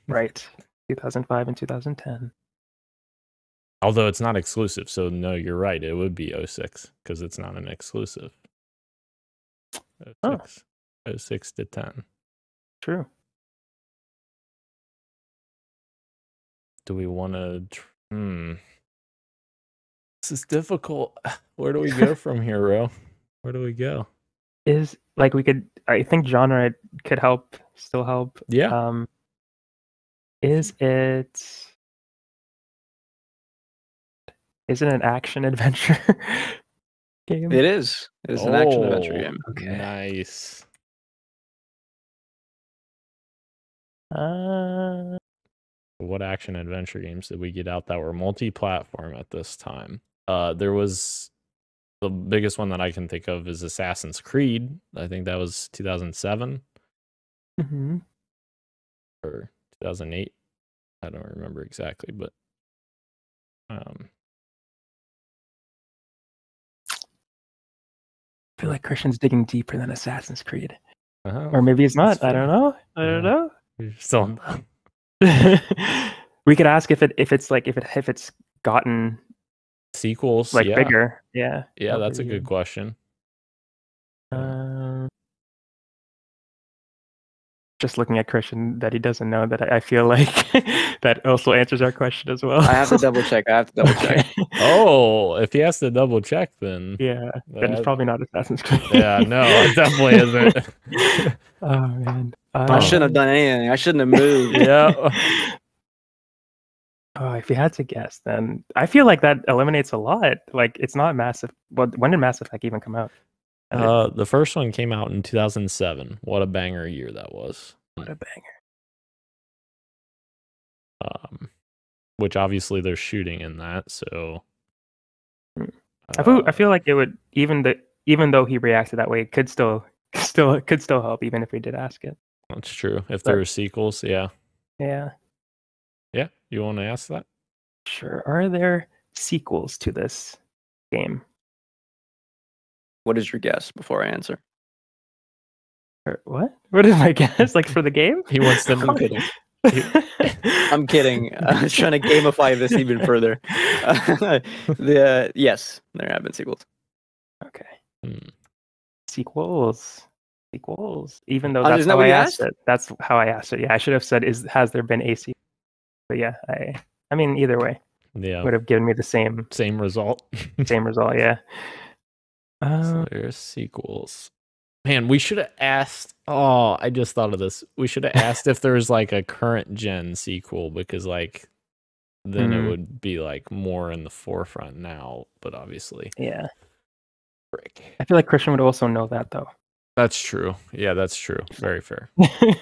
Right. 2005 and 2010. Although it's not exclusive, so no, you're right. It would be 06 because it's not an exclusive. 06, Oh. 06 to 10. True. Do we want to? Tr- hmm. This is difficult. (sighs) Where do we (laughs) go from here, Ro? Where do we go? Is like we could I think genre could help, still help. Yeah. Um is it is it an action adventure (laughs) game? It is. It is an action adventure Oh, game. Okay. Nice. Uh, what action adventure games did we get out that were multi-platform at this time? Uh, there was the biggest one that I can think of is Assassin's Creed. I think that was 2007 mhm. or 2008. I don't remember exactly, but um, I feel like Christian's digging deeper than Assassin's Creed. uh-huh, Or maybe he's that's not. I don't fair. know. I don't Yeah. know. (laughs) you're still in the- (laughs) we could ask if it if it's like if it if it's gotten sequels. like yeah. bigger. Yeah. Yeah, over that's a the good years. question. Um, just looking at Christian that he doesn't know that I I feel like (laughs) that also answers our question as well. I have (laughs) to double check. I have to double check. Okay. Oh, if he has to double check, then Yeah, then it's that- probably not Assassin's Creed. Uh, yeah, no, it definitely isn't. (laughs) oh man, I shouldn't have done anything. I shouldn't have (laughs) moved. Yeah. Oh, if you had to guess, then I feel like that eliminates a lot. Like it's not massive. Well, when did Mass Effect even come out? And it- Uh, the first one came out in 2007. What a banger year that was. what a banger! Um, which obviously they're shooting in that, so. I feel, I uh, Hmm. Uh, feel like it would even the even though he reacted that way, it could still (laughs) Still, could still help even if we did ask it. That's true. If there But- are sequels, yeah. Yeah, Yeah. You want to ask that? sure. Are there sequels to this game? What is your guess before I answer? Or what? (laughs) What is my guess? Like for the game? (laughs) He wants them to I'm get kidding. (laughs) I'm (laughs) kidding. (laughs) I was trying to gamify this even further. (laughs) the uh, yes, there have been sequels. okay. Hmm. Sequels. Sequels. Even though Oh, that's isn't that how what I you asked asked? it. That's how I asked it. Yeah, I should have said, "Is has there been a sequel?" But yeah, I. I mean, either way, Yeah. would have given me the (laughs) same Same result. same result. Yeah. So Um, there's sequels. Man, we should have asked. Oh, I just thought of this. We should have asked if there's like a current gen sequel because, like, then Mm. it would be like more in the forefront now. But obviously, yeah, frick. I feel like Christian would also know that though. (laughs) That's true. Yeah, that's true. Very fair. Playing,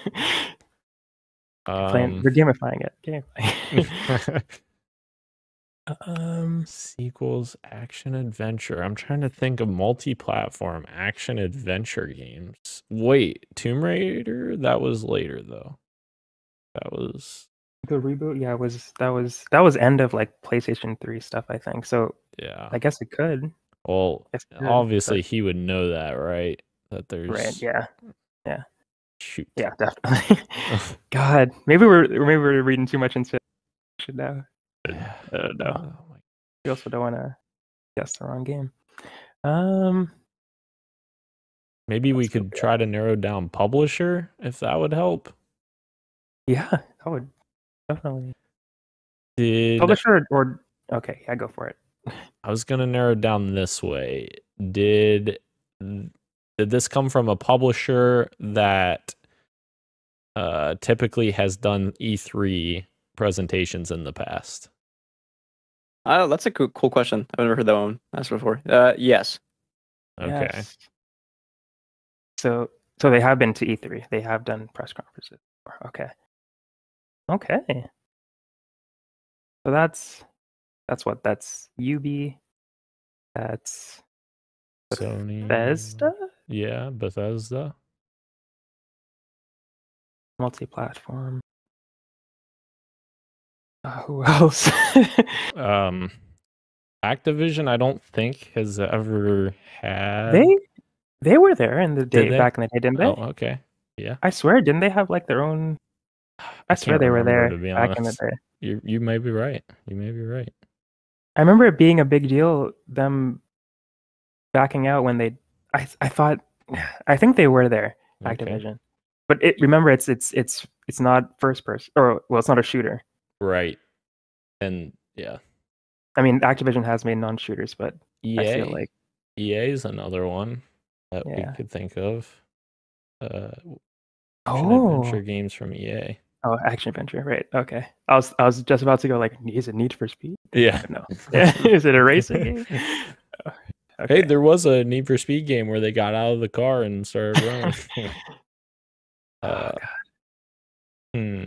Um, we're gamifying it. (laughs) Gamifying. um, sequels, action adventure. I'm trying to think of multi-platform action adventure games. Wait, Tomb Raider. That was later though. That was (laughs) the reboot. Yeah, was that was that was end of like PlayStation Three stuff. I think so. yeah. I guess it could. Well, Yes, it is, but- obviously he would know that, right? That there's Right? Yeah. shoot. (laughs) Yeah. Definitely. (laughs) God, maybe we're maybe we're reading too much into. Should know. I don't know. Oh my- We also don't want to guess the wrong game. Um. Maybe we Let's go could back. try to narrow down publisher if that would help. Yeah, that would definitely Did publisher or okay. Yeah, go for it. I was gonna narrow it down this way. Did did this come from a publisher that uh, typically has done E3 presentations in the past? Uh, that's a cool, cool question. I've never heard that one asked before. Uh, yes, Okay. Yes. So so they have been to E3. They have done press conferences. before, Okay. Okay. So that's that's what that's UB. That's Sony. Bethesda Yeah, Bethesda. multi-platform. Uh, who (laughs) else? Um, Activision, I don't think has ever had. they they were there in the day Um, Did they? back in the day, didn't they? Oh, okay. I swear, didn't they have like their own? I, swear can't they were there remember, to be back in the honest. day. You you may be right. You may be right. I remember it being a big deal them backing out when they. I I thought, (sighs) I think they were there, Okay. Activision. But it remember it's it's it's it's not first person or well it's not a shooter. Right. And yeah. I mean, Activision has made non-shooters, but EA. I feel like EA E is another one that Yeah. we could think of. Uh, action oh adventure games from E EA. oh action adventure right okay. I was I was just about to go like is it Need for Speed? (laughs) Yeah. No, (laughs) is it a (laughs) racing game? Oh, Hey, okay. there was a Need for Speed game where they got out of the car and started running. Oh, uh, God. hmm.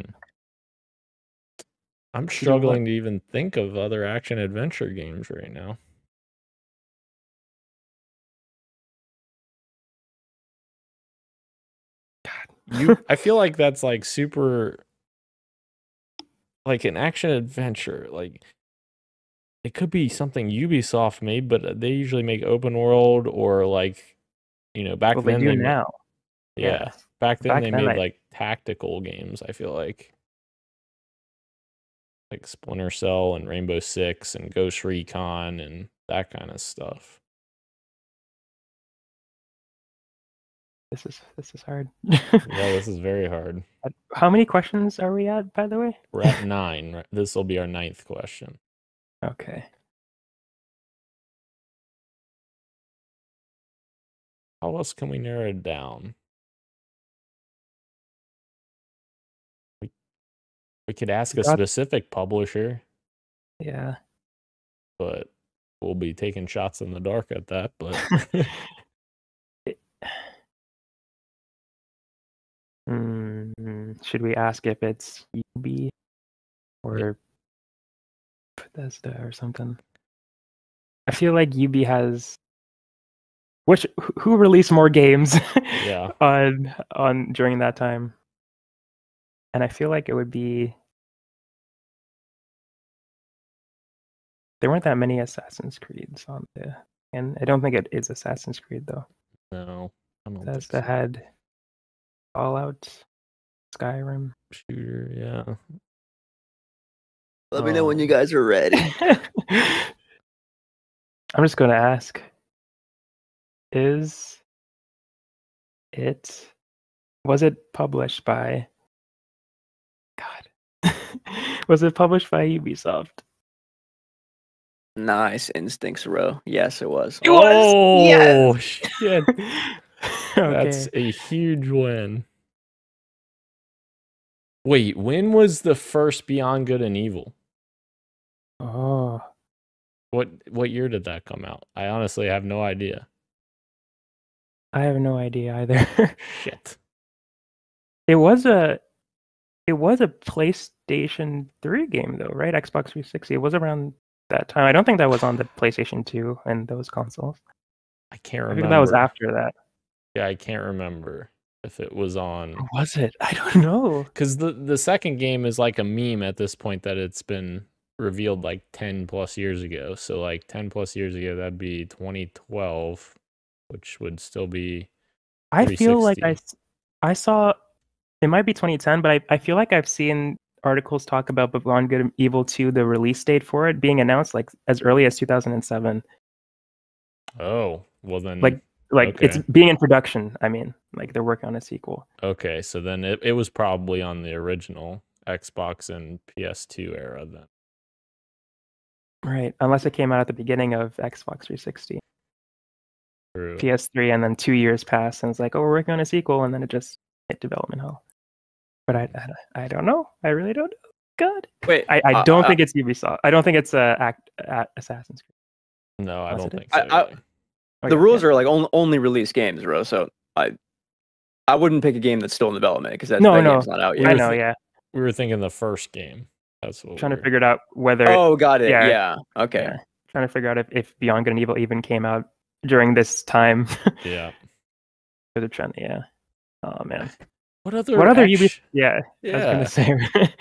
I'm struggling to even think of other action adventure games right now. (laughs) You, I feel like that's like super, like an action adventure. Like it could be something Ubisoft made, but uh, they usually make open world or like, you know, back well, they then do ma- now. yeah, back then Back they then, made I- like tactical games i feel like like splinter cell and rainbow six and ghost recon and that kind of stuff This is this is hard. (laughs) Uh, yeah this is very hard How many questions are we at, by the way? we're (laughs) at nine right? this will be our ninth question Okay. how else can we narrow it down we, we could ask a Got- specific publisher (laughs) Yeah. but we'll be taking shots in the dark at that (laughs) but Mm, should we ask if it's UB or Bethesda or something? I feel like UB has Which wh- who released more games Yeah. (laughs) on on during that time? And I feel like it would be there weren't that many Assassin's Creeds on the and I don't think it is Assassin's Creed though. No, I don't That's think the so. head Fallout Skyrim. shooter. Yeah. Let me know when you Um, guys are ready. (laughs) I'm just going to ask is it was it published by God (laughs) was it published by Ubisoft? (laughs) Nice instincts, Ro. Yes, it was. It was, Oh, yes. shit, (laughs) Yeah. that's a huge win. Wait, when was the first Beyond Good and Evil? oh. What what year did that come out? I honestly have no idea. I have no idea either. (laughs) Shit. it was a it was a PlayStation 3 game though, right? Xbox 360. It was around that time. I don't think that was on the PlayStation 2 and those consoles. I can't I remember. think that was after that. Yeah, I can't remember if it was on Was it? I don't know. because the the second game is like a meme at this point that it's been revealed like 10 plus years ago so like 10 plus years ago that'd be 2012 which would still be I feel like I, 360. s- I saw it might be 2010, but I, I feel like I've seen articles talk about Beyond Good and Evil 2, the release date for it being announced like as early as 2007. oh well then Like it's Okay. being in production. I mean, like they're working on a sequel. okay so then it, it was probably on the original xbox and ps2 era then Right. Unless it came out at the beginning of Xbox 360, True. PS3, and then two years passed, and it's like, oh, we're working on a sequel, and then it just hit development hell. But I, I, I don't know. I really don't know. God. Wait, I, I uh, don't uh, think it's Ubisoft. I don't think it's uh, act, uh, Assassin's Creed. no i was don't it? think so I- I- either. Oh, the yeah, rules yeah. are like only, only release games, Ro. So I, I wouldn't pick a game that's still in development because that, No, that no, game's not out I yet. I were know. thi- Yeah. we were thinking the first game that's what Trying to we're- figure it out whether it- Oh, got it. Yeah. Yeah. Okay. Yeah. trying to figure out if, if Beyond Good and Evil even came out during this time (laughs) yeah for the trend. Yeah. Oh (laughs) man. what other what other act- Ubisoft? Yeah, I yeah was gonna say. (laughs)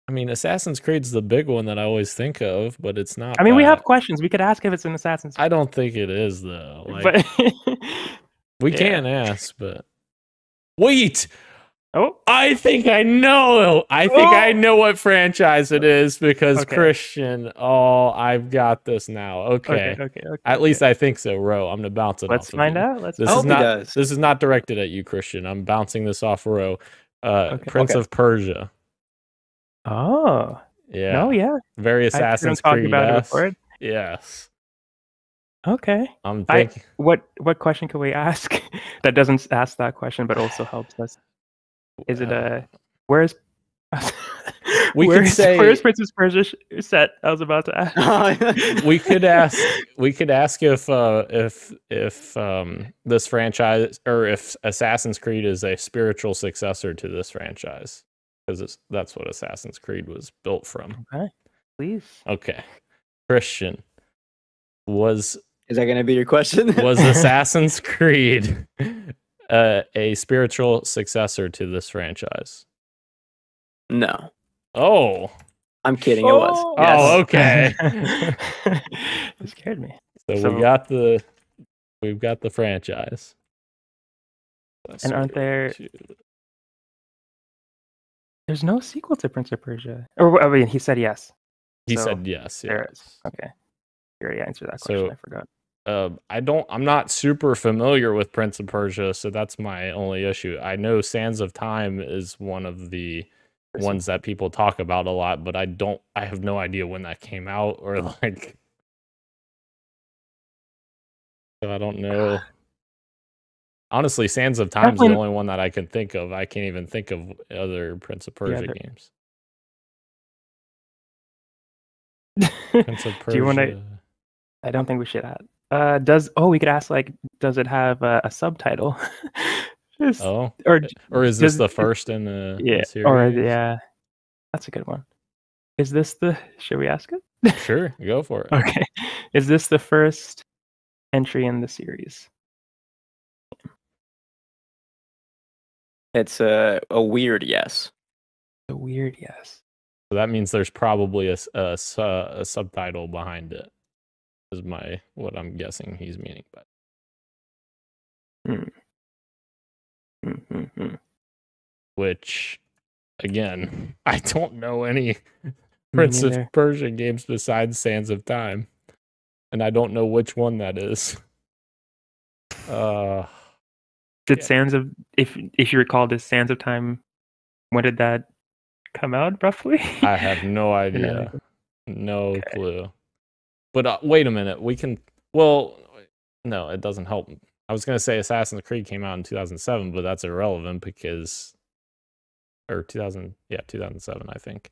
I mean, Assassin's Creed's the big one that I always think of, but it's not. I mean, we have that. questions. We could ask if it's an Assassin's. Uh. I don't think it is though. Like, (laughs) but we yeah. can ask, but wait, (laughs) oh, I think I know. I think I Oh! know what franchise it is because Okay. Christian. Oh, I've got this now. Okay, okay, okay, okay. at least I think so. Ro, I'm gonna bounce it. let's off of find you. out. Let's. This I is hope he not. does. (laughs) This is not directed at you, Christian. I'm bouncing this off Ro. Uh, Okay. Prince Okay. of Persia. Oh Yeah. no, yeah. Very I've heard him Assassin's talk Creed. about it before. Yes. Okay. I'm I- thinking. What what question can we ask (laughs) that doesn't ask that question but also helps us? Is it Uh, a where is (laughs) We where could is- say- where is Princess Persia sh- set? I was about to (laughs) ask. (gasps) we could ask we could ask if uh if if um this franchise or if Assassin's Creed is a spiritual successor to this franchise because that's what Assassin's Creed was built from. Please. Okay. Christian was Is that going to be your question? (laughs) was Assassin's Creed uh, a spiritual successor to this franchise? no, Oh. I'm kidding. It was. Oh, Yes. oh, okay. (laughs) it scared me. So, So- we got the we've got the franchise. And aren't there- Successor to- There's no sequel to Prince of Persia. Or I mean, he said yes. He So, said yes. there it yes. Okay. You already answered that question. So- I forgot. Uh, I don't. I'm not super familiar with Prince of Persia, so that's my only issue. I know Sands of Time is one of the Person. ones that people talk about a lot, but I don't. I have no idea when that came out or Oh. like. So I don't know. Honestly, Sands of Time's Ah. Definitely- the only one that I can think of. I can't even think of other Prince of Persia there- games. (laughs) Prince of Persia. Do you want to? I don't think we should add. Uh, does oh we could ask like does it have uh, a subtitle? (laughs) Just- Oh, Or or is this does- the first in the in the yeah, series? or yeah, that's a good one. Is (laughs) this the? Should we ask it? Sure, go for it. Okay. Is this the first entry in the series. It's a, a weird yes. The weird yes. So that means there's probably a, s- a su- a subtitle behind it. Is my what I'm guessing he's meaning. But Mm, mm, mm. which, again, (laughs) I don't know any (laughs) Me Prince of neither. Persia games besides Sands of Time, and I don't know which one that is. Uh, Did yeah. Sands of if if you recall, does Sands of Time? When did that come out roughly? I have no idea. No clue. But uh, wait a minute. We can. Well, no, it doesn't help. I was going to say Assassin's Creed came out in 2007, but that's irrelevant because. Or 2000. Yeah, 2007, I think.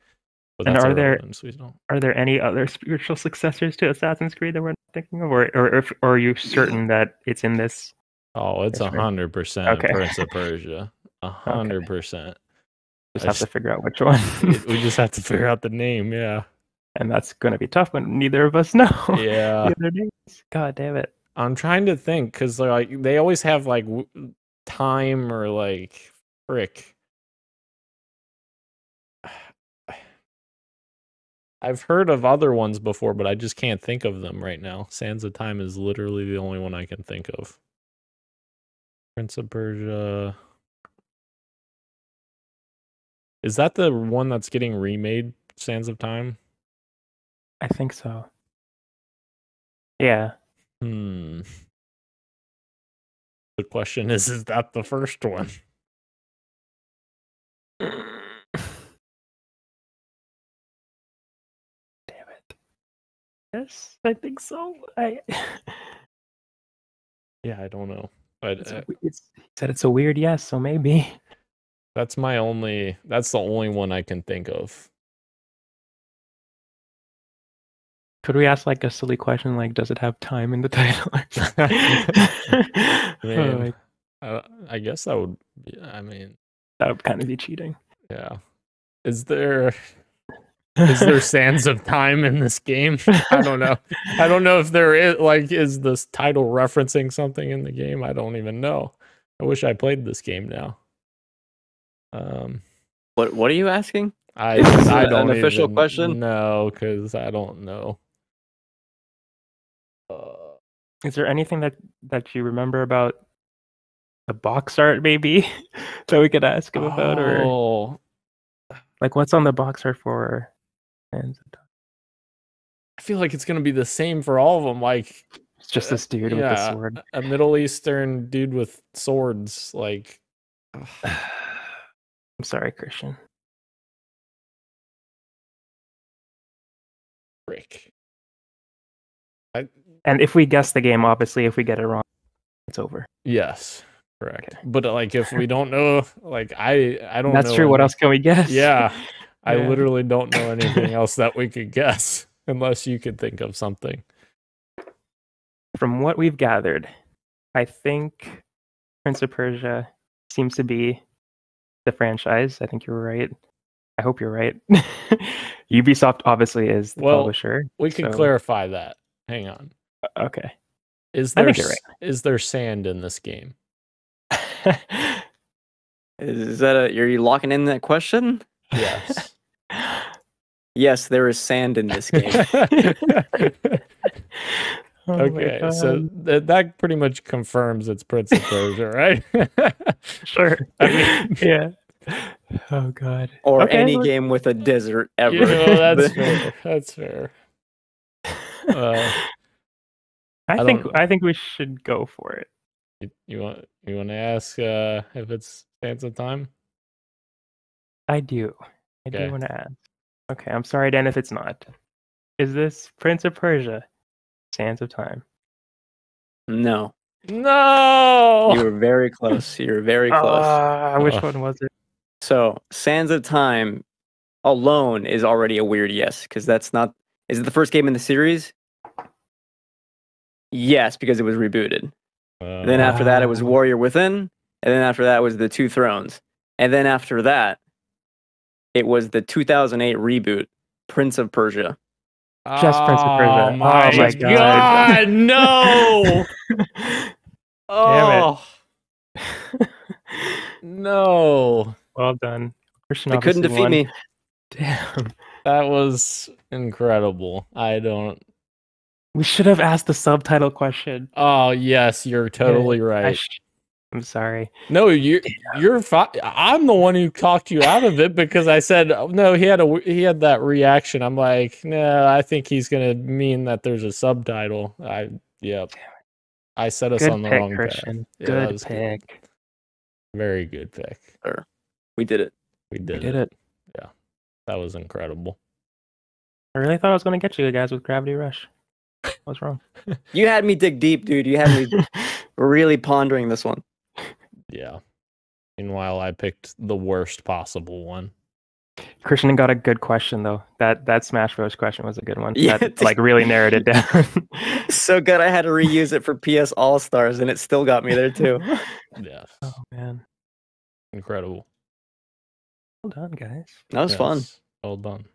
But And that's are there- irrelevant, so we don't. (laughs) Are there any other spiritual successors to Assassin's Creed that we're not thinking of, or or, if, or are you certain that it's in this? Oh, it's a That's right. 100% Okay. (laughs) Prince of Persia. A 100%. Just I have to just- figure out which one, we just have to figure out the name. Yeah. (laughs) and that's going to be tough when neither of us (laughs) know. Yeah. the other names. God damn it! I'm trying to think because they're like they always have like w- time or like frick. I've heard of other ones before, but I just can't think of them right now. Sands of Time is literally the only one I can think of. Prince of Persia. Is that the one that's getting remade? Sands of Time. I think so. (laughs) Yeah. Hmm. The question is, is that the first one? (laughs) Damn it. Yes, I think so. I (laughs) Yeah, I don't know. But it's, uh, we- it's, he said it's a weird yes, so maybe. (laughs) that's my only. That's the only one I can think of. Could we ask like a silly question like does it have time in the (laughs) title? or something? Man, Oh, like, I, I guess that would. Be, I mean, that would kind of be cheating. yeah. Is there is (laughs) there sands of time in this game? (laughs) I don't know. I don't know if there is. Like, is this title referencing something in the game? I don't even know. I wish I played this game now. Um. What What are you asking? I, Is this I an- an don't official even question? No, because I don't know. Uh, Is there anything that that you remember about the box art maybe (laughs) that we could ask him about or oh, like what's on the box art for and I feel like it's gonna be the same for all of them. Like it's just this dude with the Uh, yeah, sword. a Middle Eastern dude with swords. (sighs) Like I'm sorry, Christian. frick. And if we guess the game, obviously, if we get it wrong, it's over. Yes, correct. But like, if we don't know, like I, I don't. That's know true. What any- else can we guess? Yeah, I Yeah. literally don't know anything else that we could guess unless you could think of something. (laughs) From what we've gathered, I think Prince of Persia seems to be the franchise. I think you're right. I hope you're right. (laughs) Ubisoft obviously is the Well, publisher. We can So- clarify that. Hang on. Okay. (laughs) Is I there think you're s- is there sand in this game? Is, is that a? Are you locking in that question? (laughs) Yes. Yes, there is sand in this (laughs) game. Oh my okay, so God. th- that pretty much confirms it's Prince of Persia, right? sure. I mean- (laughs) yeah. Oh God. or Okay, any look- game with a desert ever. You know, (laughs) that's But- fair. That's fair. Uh, I, I think don't- I think we should go for it. you, you want you want to ask uh, if it's Sands of Time? I do. I Okay. do want to ask. Okay, I'm sorry, Dan, if it's not. Is this Prince of Persia, Sands of Time? No, No. you were very close. You were very Oh. close. Ah, which Ugh. one was it? so, Sands of Time alone is already a weird yes because that's not. Is it the first game in the series? Yes, because it was rebooted. Uh, Then after that, it was Ah. Warrior Within, and then after that was the Two Thrones, and then after that, it was the 2008 reboot, Prince of Persia. Just Prince of Persia. Oh Oh my, my god. God. (laughs) no! (laughs) Damn (laughs) oh no! well done. Christian They couldn't obviously defeat me. won. Damn. That was incredible. I don't. We should have asked the subtitle question. Oh yes, you're totally I right. sh- I'm sorry. No, you you're fine. I'm the one who talked you out of it because I said "Oh, no. He had a he had that reaction. I'm like, no, I think he's gonna mean that there's a subtitle. I yep. I set us on Good the pick, wrong path. Christian. Yeah, that Good was good. pick. Very good pick. We did it. We did, You it. did it. That was incredible. I really thought I was going to get you guys with Gravity Rush. What's wrong? You had me dig deep, dude. You had (laughs) me really pondering this one. Yeah. Meanwhile, I picked the worst possible one. Christian got a good question though. That that Smash Bros question was a good one. (laughs) Yeah, that dude. like really narrowed it down. (laughs) (laughs) So good, I had to reuse it for PS All Stars, and it still got me there too. Yeah. oh man, Incredible. well done, guys. That was fun. Yes. Well done.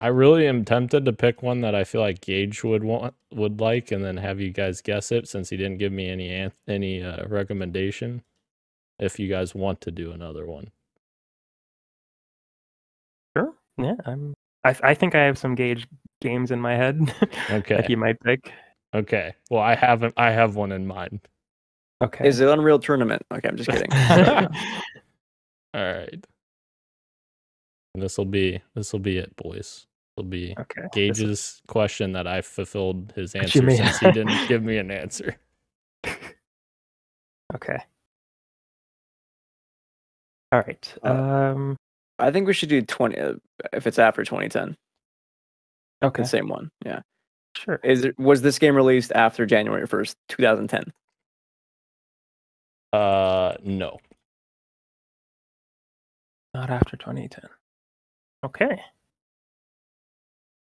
I really am tempted to pick one that I feel like Gage would want would like, and then have you guys guess it since he didn't give me any an- any uh, recommendation. If you guys want to do another one, Sure. Yeah, I'm. I I think I have some gauge games in my head. (laughs) Okay. that you might pick. okay. Well, I haven't. I have one in mind. Okay. (laughs) Is it Unreal Tournament? Okay, I'm just kidding. All right. This will be this will be it, boys. This will be okay. Oh, this is- Gage's question that I fulfilled his What answer you mean? since (laughs) he didn't give me an answer. (laughs) Okay. All right. Uh, Um. I think we should do 20 uh, if it's after 2010. Okay. The same one. Yeah. Sure. Is it, was this game released after January 1st, 2010? Uh, no. Not after 2010. Okay.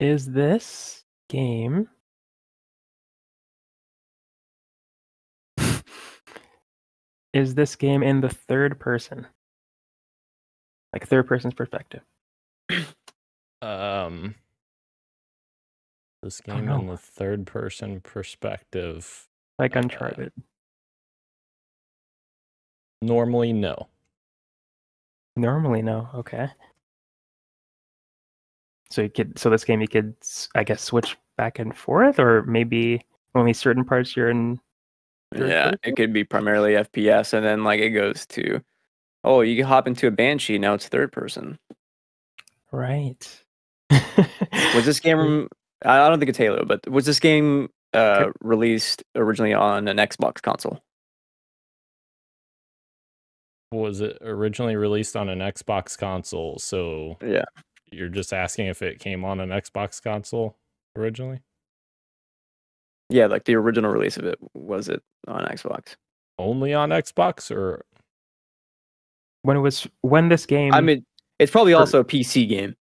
Is this game Is this game in the third person? Like third person's perspective. Um, this Don't game in know. the third person perspective. Like Uncharted. Normally, no. Normally no. Okay. So you could so this game you could s- I guess switch back and forth or maybe only certain parts you're in Third Yeah. It could be primarily FPS, and then like it goes to, oh, you can hop into a Banshee. Now it's third person. right. (laughs) Was this game? I I don't think it's Halo, but was this game uh, released originally on an Xbox console? Was it originally released on an Xbox console? So Yeah. you're just asking if it came on an Xbox console originally? Yeah, like the original release of it was it on Xbox? Only on Xbox, or when it was when this game I mean, it's probably For- also a PC game.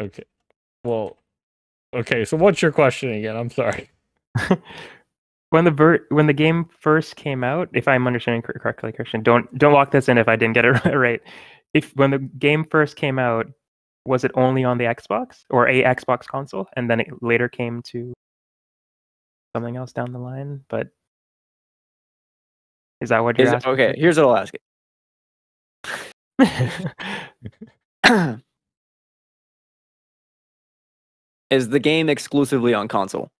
okay. Well, okay. So what's your question again? I'm sorry. (laughs) when the ver- when the game first came out, if I'm understanding cor- correctly, Christian, don't don't lock this in if I didn't get it (laughs) right. If when the game first came out, was it only on the Xbox or a Xbox console, and then it later came to something else down the line? But is that what you're Is it- asking? okay, here's what I'll ask it. (clears throat) Is the game exclusively on console?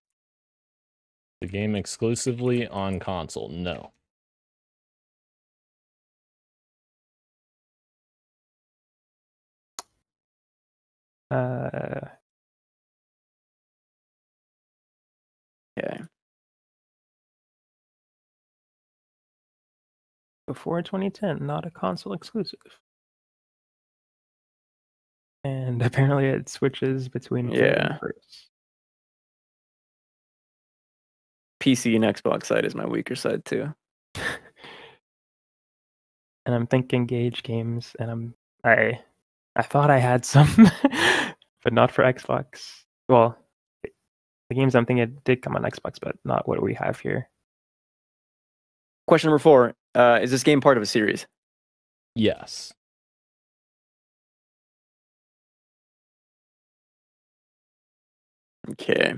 The game exclusively on console? No. Uh, Yeah. before 2010, not a console exclusive. And (laughs) apparently, it switches between third and Yeah. first. PC and Xbox side is my weaker side too. and I'm thinking Gage games, and I'm I I thought I had some, (laughs) but not for Xbox. Well, it- the games I'm thinking did come on Xbox, but not what we have here. Question number four: uh, Is this game part of a series? Yes. Okay.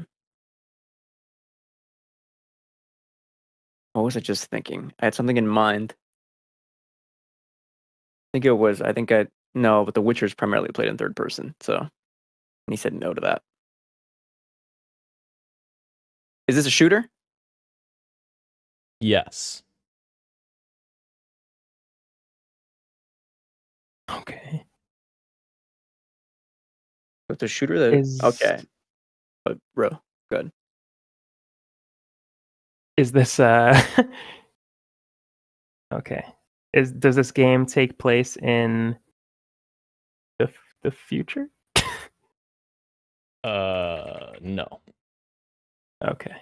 What was I just thinking? I had something in mind. I think it was. I think I no, but The Witcher is primarily played in third person, so and he said no to that. Is this a shooter? Yes. Okay. It's a shooter that Is- okay. But bro, good. Is this uh (laughs) Okay. Is does this game take place in the f- the future? Uh, no. Okay.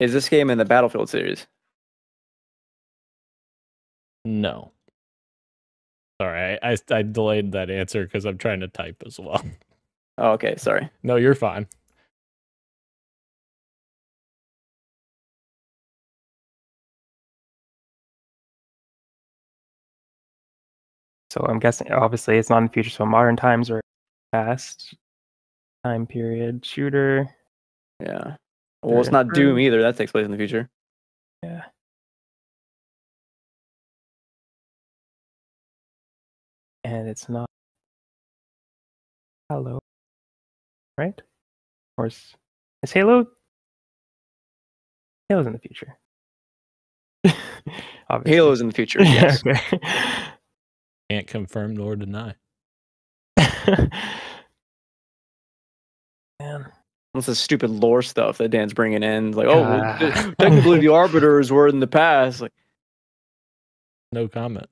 Is this game in the Battlefield series? No. Sorry, I, I, I delayed that answer because I'm trying to type as well. (laughs) Oh, okay, sorry. No, you're fine. So I'm guessing obviously it's not in the future, so modern times or past time period shooter. Yeah. Well, it's Third not Doom person. either. That takes place in the future. Yeah. And it's not Halo, right? Or is, is Halo? Halo's in the future. (laughs) Obviously. Halo's in the future. (laughs) Yeah, Yes. okay. Can't confirm nor deny. (laughs) Man. It's the stupid lore stuff that Dan's bringing in. Like, oh, well, te- Ah. technically the arbiters were in the past. Like, No comment.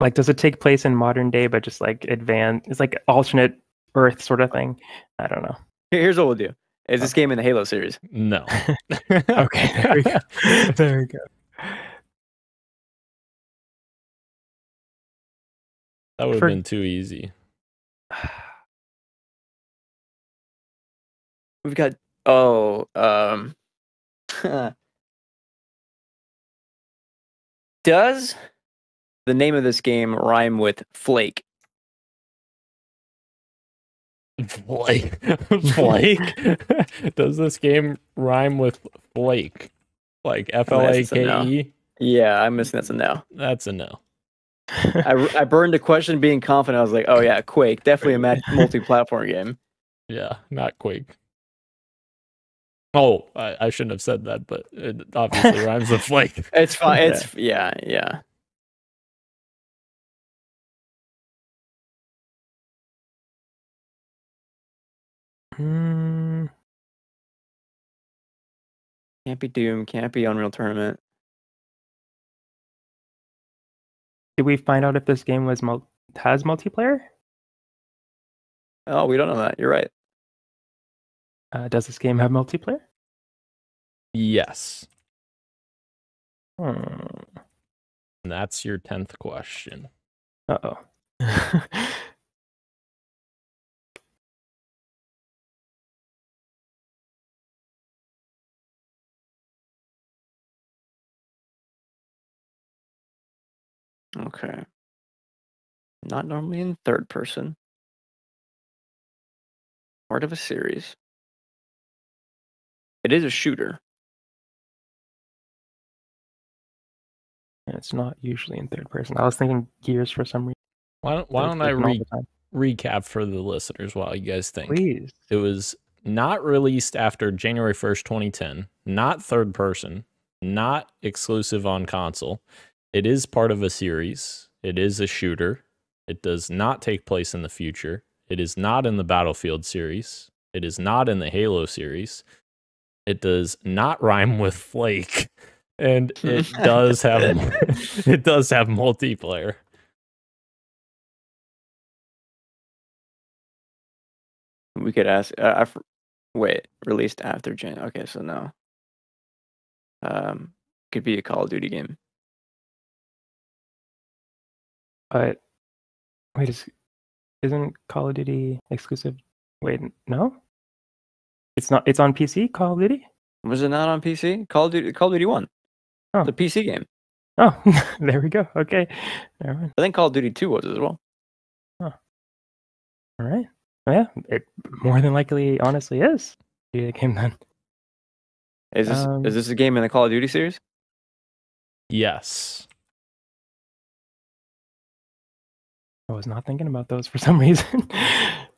Like, does it take place in modern day, but just like advanced? It's like alternate Earth sort of thing. I don't know. here- here's what we'll do: is this game in the Halo series? (laughs) No. Okay, (laughs) there we go. there we go. That would have For- been too easy. We've got oh, um, (laughs) does the name of this game rhyme with flake? Flake. (laughs) Flake. (laughs) Does this game rhyme with flake? Like F L A that's a no. K E? Yeah, I'm missing that's a no. That's a no. I, r- I burned a question being confident. I was like, oh yeah, Quake, definitely a mat- multi-platform game. Yeah, not Quake. Oh, I, I shouldn't have said that, but it (laughs) obviously rhymes with flake. It's fine. (laughs) Yeah. It's yeah, yeah. Hmm. Can't be Doom. Can't be Unreal Tournament. Did we find out if this game was mul- has multiplayer? Oh, we don't know that. You're right. Uh, does this game have multiplayer? Yes. Hmm. And that's your 10th question. Uh (laughs) oh. Okay. Not normally in third person. Part of a series. It is a shooter. it's not usually in third person. I was thinking Gears for some reason. Why don't, why Third don't I person all re- the time. recap for the listeners while you guys think? Please. It was not released after January 1st, 2010, not third person, not exclusive on console. It is part of a series. It is a shooter. It does not take place in the future. It is not in the Battlefield series. It is not in the Halo series. It does not rhyme (laughs) with flake. And it does have (laughs) it does have multiplayer. We could ask. Uh, I f- wait, released after Jan. Okay, so no. Um, could be a Call of Duty game. But wait, is, isn't Call of Duty exclusive? Wait, n- no. It's not. It's on PC. Call of Duty. Was it not on PC? Call of Duty. Call of Duty One. Oh. The PC game. Oh, (laughs) there we go. Okay, never mind. I think Call of Duty Two was as well. All right. Yeah, it more than likely, honestly, is. do that game then. Is this Um, is this a game in the Call of Duty series? Yes. I was not thinking about those for some (laughs) reason.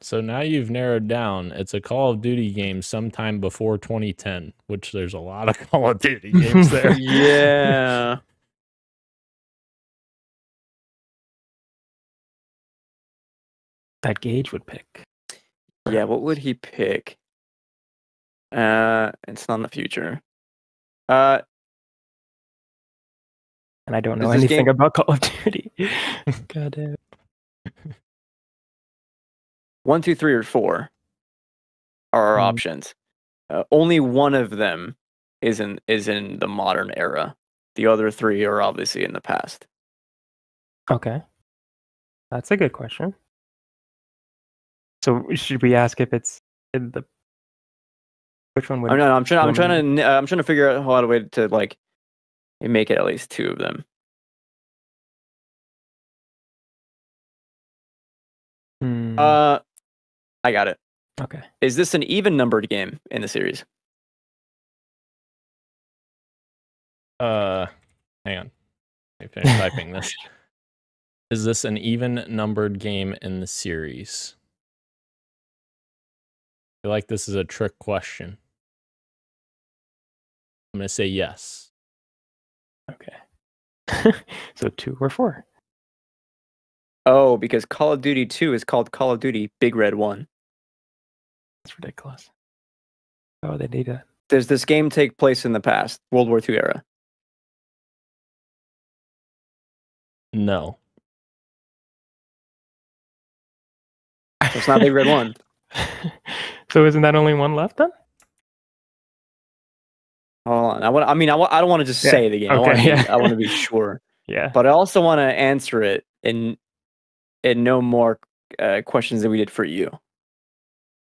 So now you've narrowed down. It's a Call of Duty game sometime before 2010, which there's a lot of (laughs) Call of Duty games there. yeah. that Gage would pick. (laughs) Yeah, what would he pick? Uh, it's not in the future. Uh, And I don't Is know this anything game- about Call of Duty. (laughs) God damn. one, two, three, or four are our Hmm. options. Uh, only one of them is in is in the modern era. The other three are obviously in the past. Okay. That's a good question. So should we ask if it's in the which one would I'm not, I'm trying. I'm one trying to. n- uh, I'm trying to figure out how to way to like make it at least two of them. Hmm, Uh, I got it. okay. Is this an even numbered game in the series? Uh, hang on. I finished typing this. Is this an even numbered game in the series? I feel like this is a trick question. I'm going to say yes. Okay. (laughs) so two or four. Oh, because Call of Duty Two is called Call of Duty Big Red One. That's ridiculous. Oh, they need that. Does this game take place in the past, World War II era? No. So it's not Big (laughs) Red One. (laughs) so isn't that only one left then? Hold on. I want. I mean, I, wa- I don't want to just Yeah. say the game. I wanna Okay, be- yeah. I want to (laughs) be sure, Yeah. but I also want to answer it in in no more uh, questions than we did for you.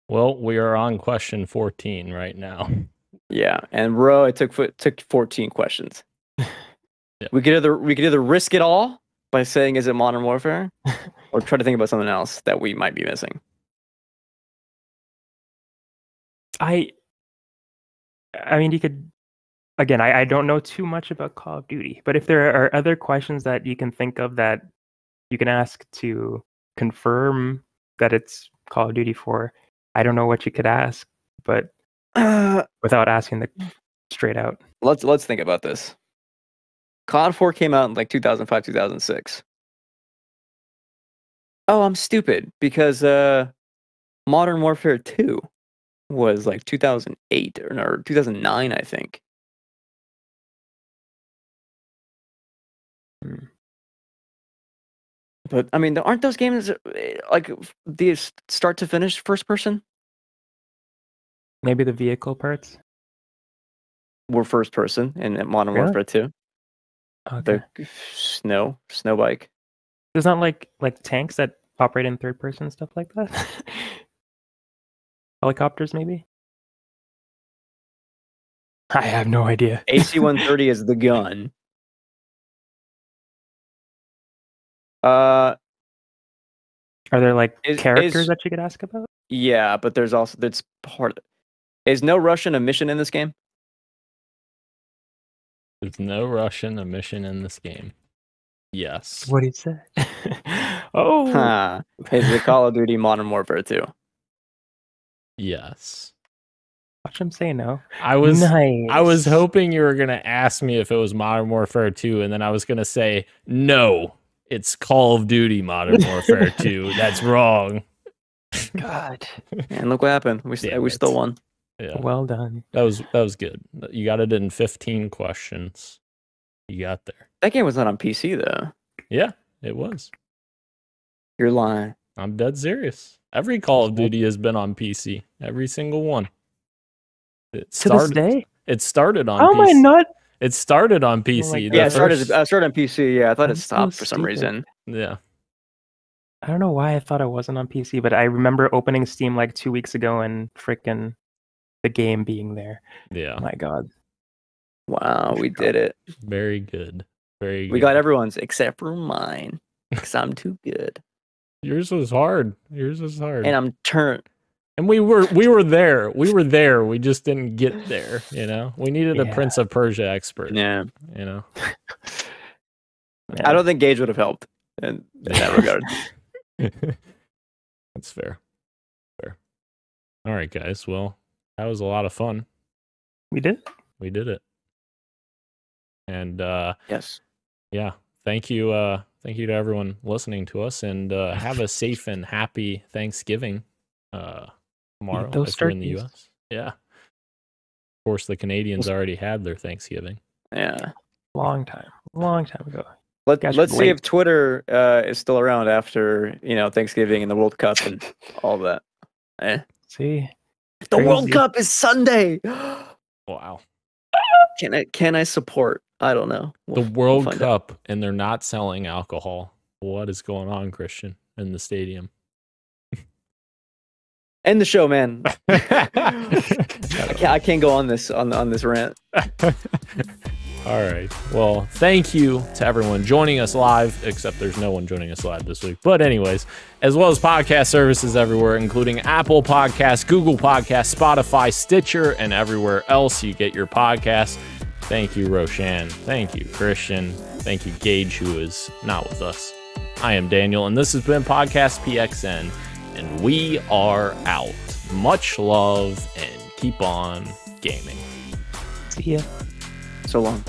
Well, we are on question 14 right now. Yeah, and Ro, it took fo- took fourteen (laughs) questions. Yeah. We could either we could either risk it all by saying is it Modern (laughs) Warfare, or try to think about something else that we might be missing. I I mean you could again, I, I don't know too much about Call of Duty, but if there are other questions that you can think of that you can ask to confirm that it's Call of Duty for, I don't know what you could ask, but Uh, without asking the straight out. let's let's think about this. COD 4 came out in like 2005, 2006. Oh, I'm stupid because uh Modern Warfare 2 was like 2008 or, or 2009, I think. Hmm. But I mean, aren't those games eh, like f- the s- start to finish first person? Maybe the vehicle parts. Were first person in in Modern Really? Warfare 2. Okay. the g- snow snow bike. There's not like like tanks that operate in third person and stuff like that. (laughs) Helicopters maybe? I have no idea. AC one thirty is the gun. Uh, Are there like Is- characters is- that you could ask about? yeah, but there's also that's part. Is no Russian a mission in this game? There's no Russian omission in this game. Yes. What do you (laughs) say? oh, Huh. Is the Call of Duty Modern Warfare two? Yes. watch him say no. I was nice. I was hoping you were going to ask me if it was Modern Warfare 2 and then I was going to say no. It's Call of Duty Modern Warfare (laughs) 2. That's wrong. God, And look what happened. We st- Damn we still it. won. Yeah. well done. That was that was good. You got it in 15 questions. You got there. That game was not on PC though. Yeah, it was. You're lying. I'm dead serious. Every Call of Duty has been on PC. Every single one. It To started. this day, It started on. how am I PC. not? It started on God. PC. the Oh Yeah, it started first- uh, started on PC. Yeah, I thought I'm it so stopped for some stupid. reason. yeah. I don't know why I thought it wasn't on PC, but I remember opening Steam like two weeks ago and freaking the game being there. Yeah. My God, Wow, we did it. Very good. Very good. We got everyone's except for mine (laughs) because I'm too good. Yours was hard. Yours was hard. and I'm turn And we were we were there. We were there. We just didn't get there. You know, we needed a Yeah. Prince of Persia expert. Yeah. You know, (laughs) I don't think Gage would have helped in, in (laughs) that regard. that's fair. Fair. All right, guys. Well, that was a lot of fun. We did. We did it. And uh, Yes. yeah, thank you. Uh, thank you to everyone listening to us, and uh, have a safe and happy Thanksgiving uh, tomorrow those if you're in the turkeys. U.S. Yeah. Of course, the Canadians already had their Thanksgiving. Yeah. Long time. Long time ago. Let, Guys, let's see wait. if Twitter uh, is still around after you know Thanksgiving and the World Cup and all that. Eh. See? The World Crazy. Cup is Sunday. Wow. (gasps) Can I can I support? I don't know. the We'll- we'll World find out. Cup and they're not selling alcohol. What is going on, Christian, in the stadium? End the show, (laughs) man. I All can't, I can't go on this on on this rant. right. Well, thank you to everyone joining us live, except there's no one joining us live this week. But, anyways, as well as podcast services everywhere, including Apple Podcasts, Google Podcasts, Spotify, Stitcher, and everywhere else you get your podcasts. Thank you, Roshan. Thank you, Christian. Thank you, Gage, who is not with us. I am Daniel, and this has been Podcast PXN, and we are out. Much love and keep on gaming. See ya. So long.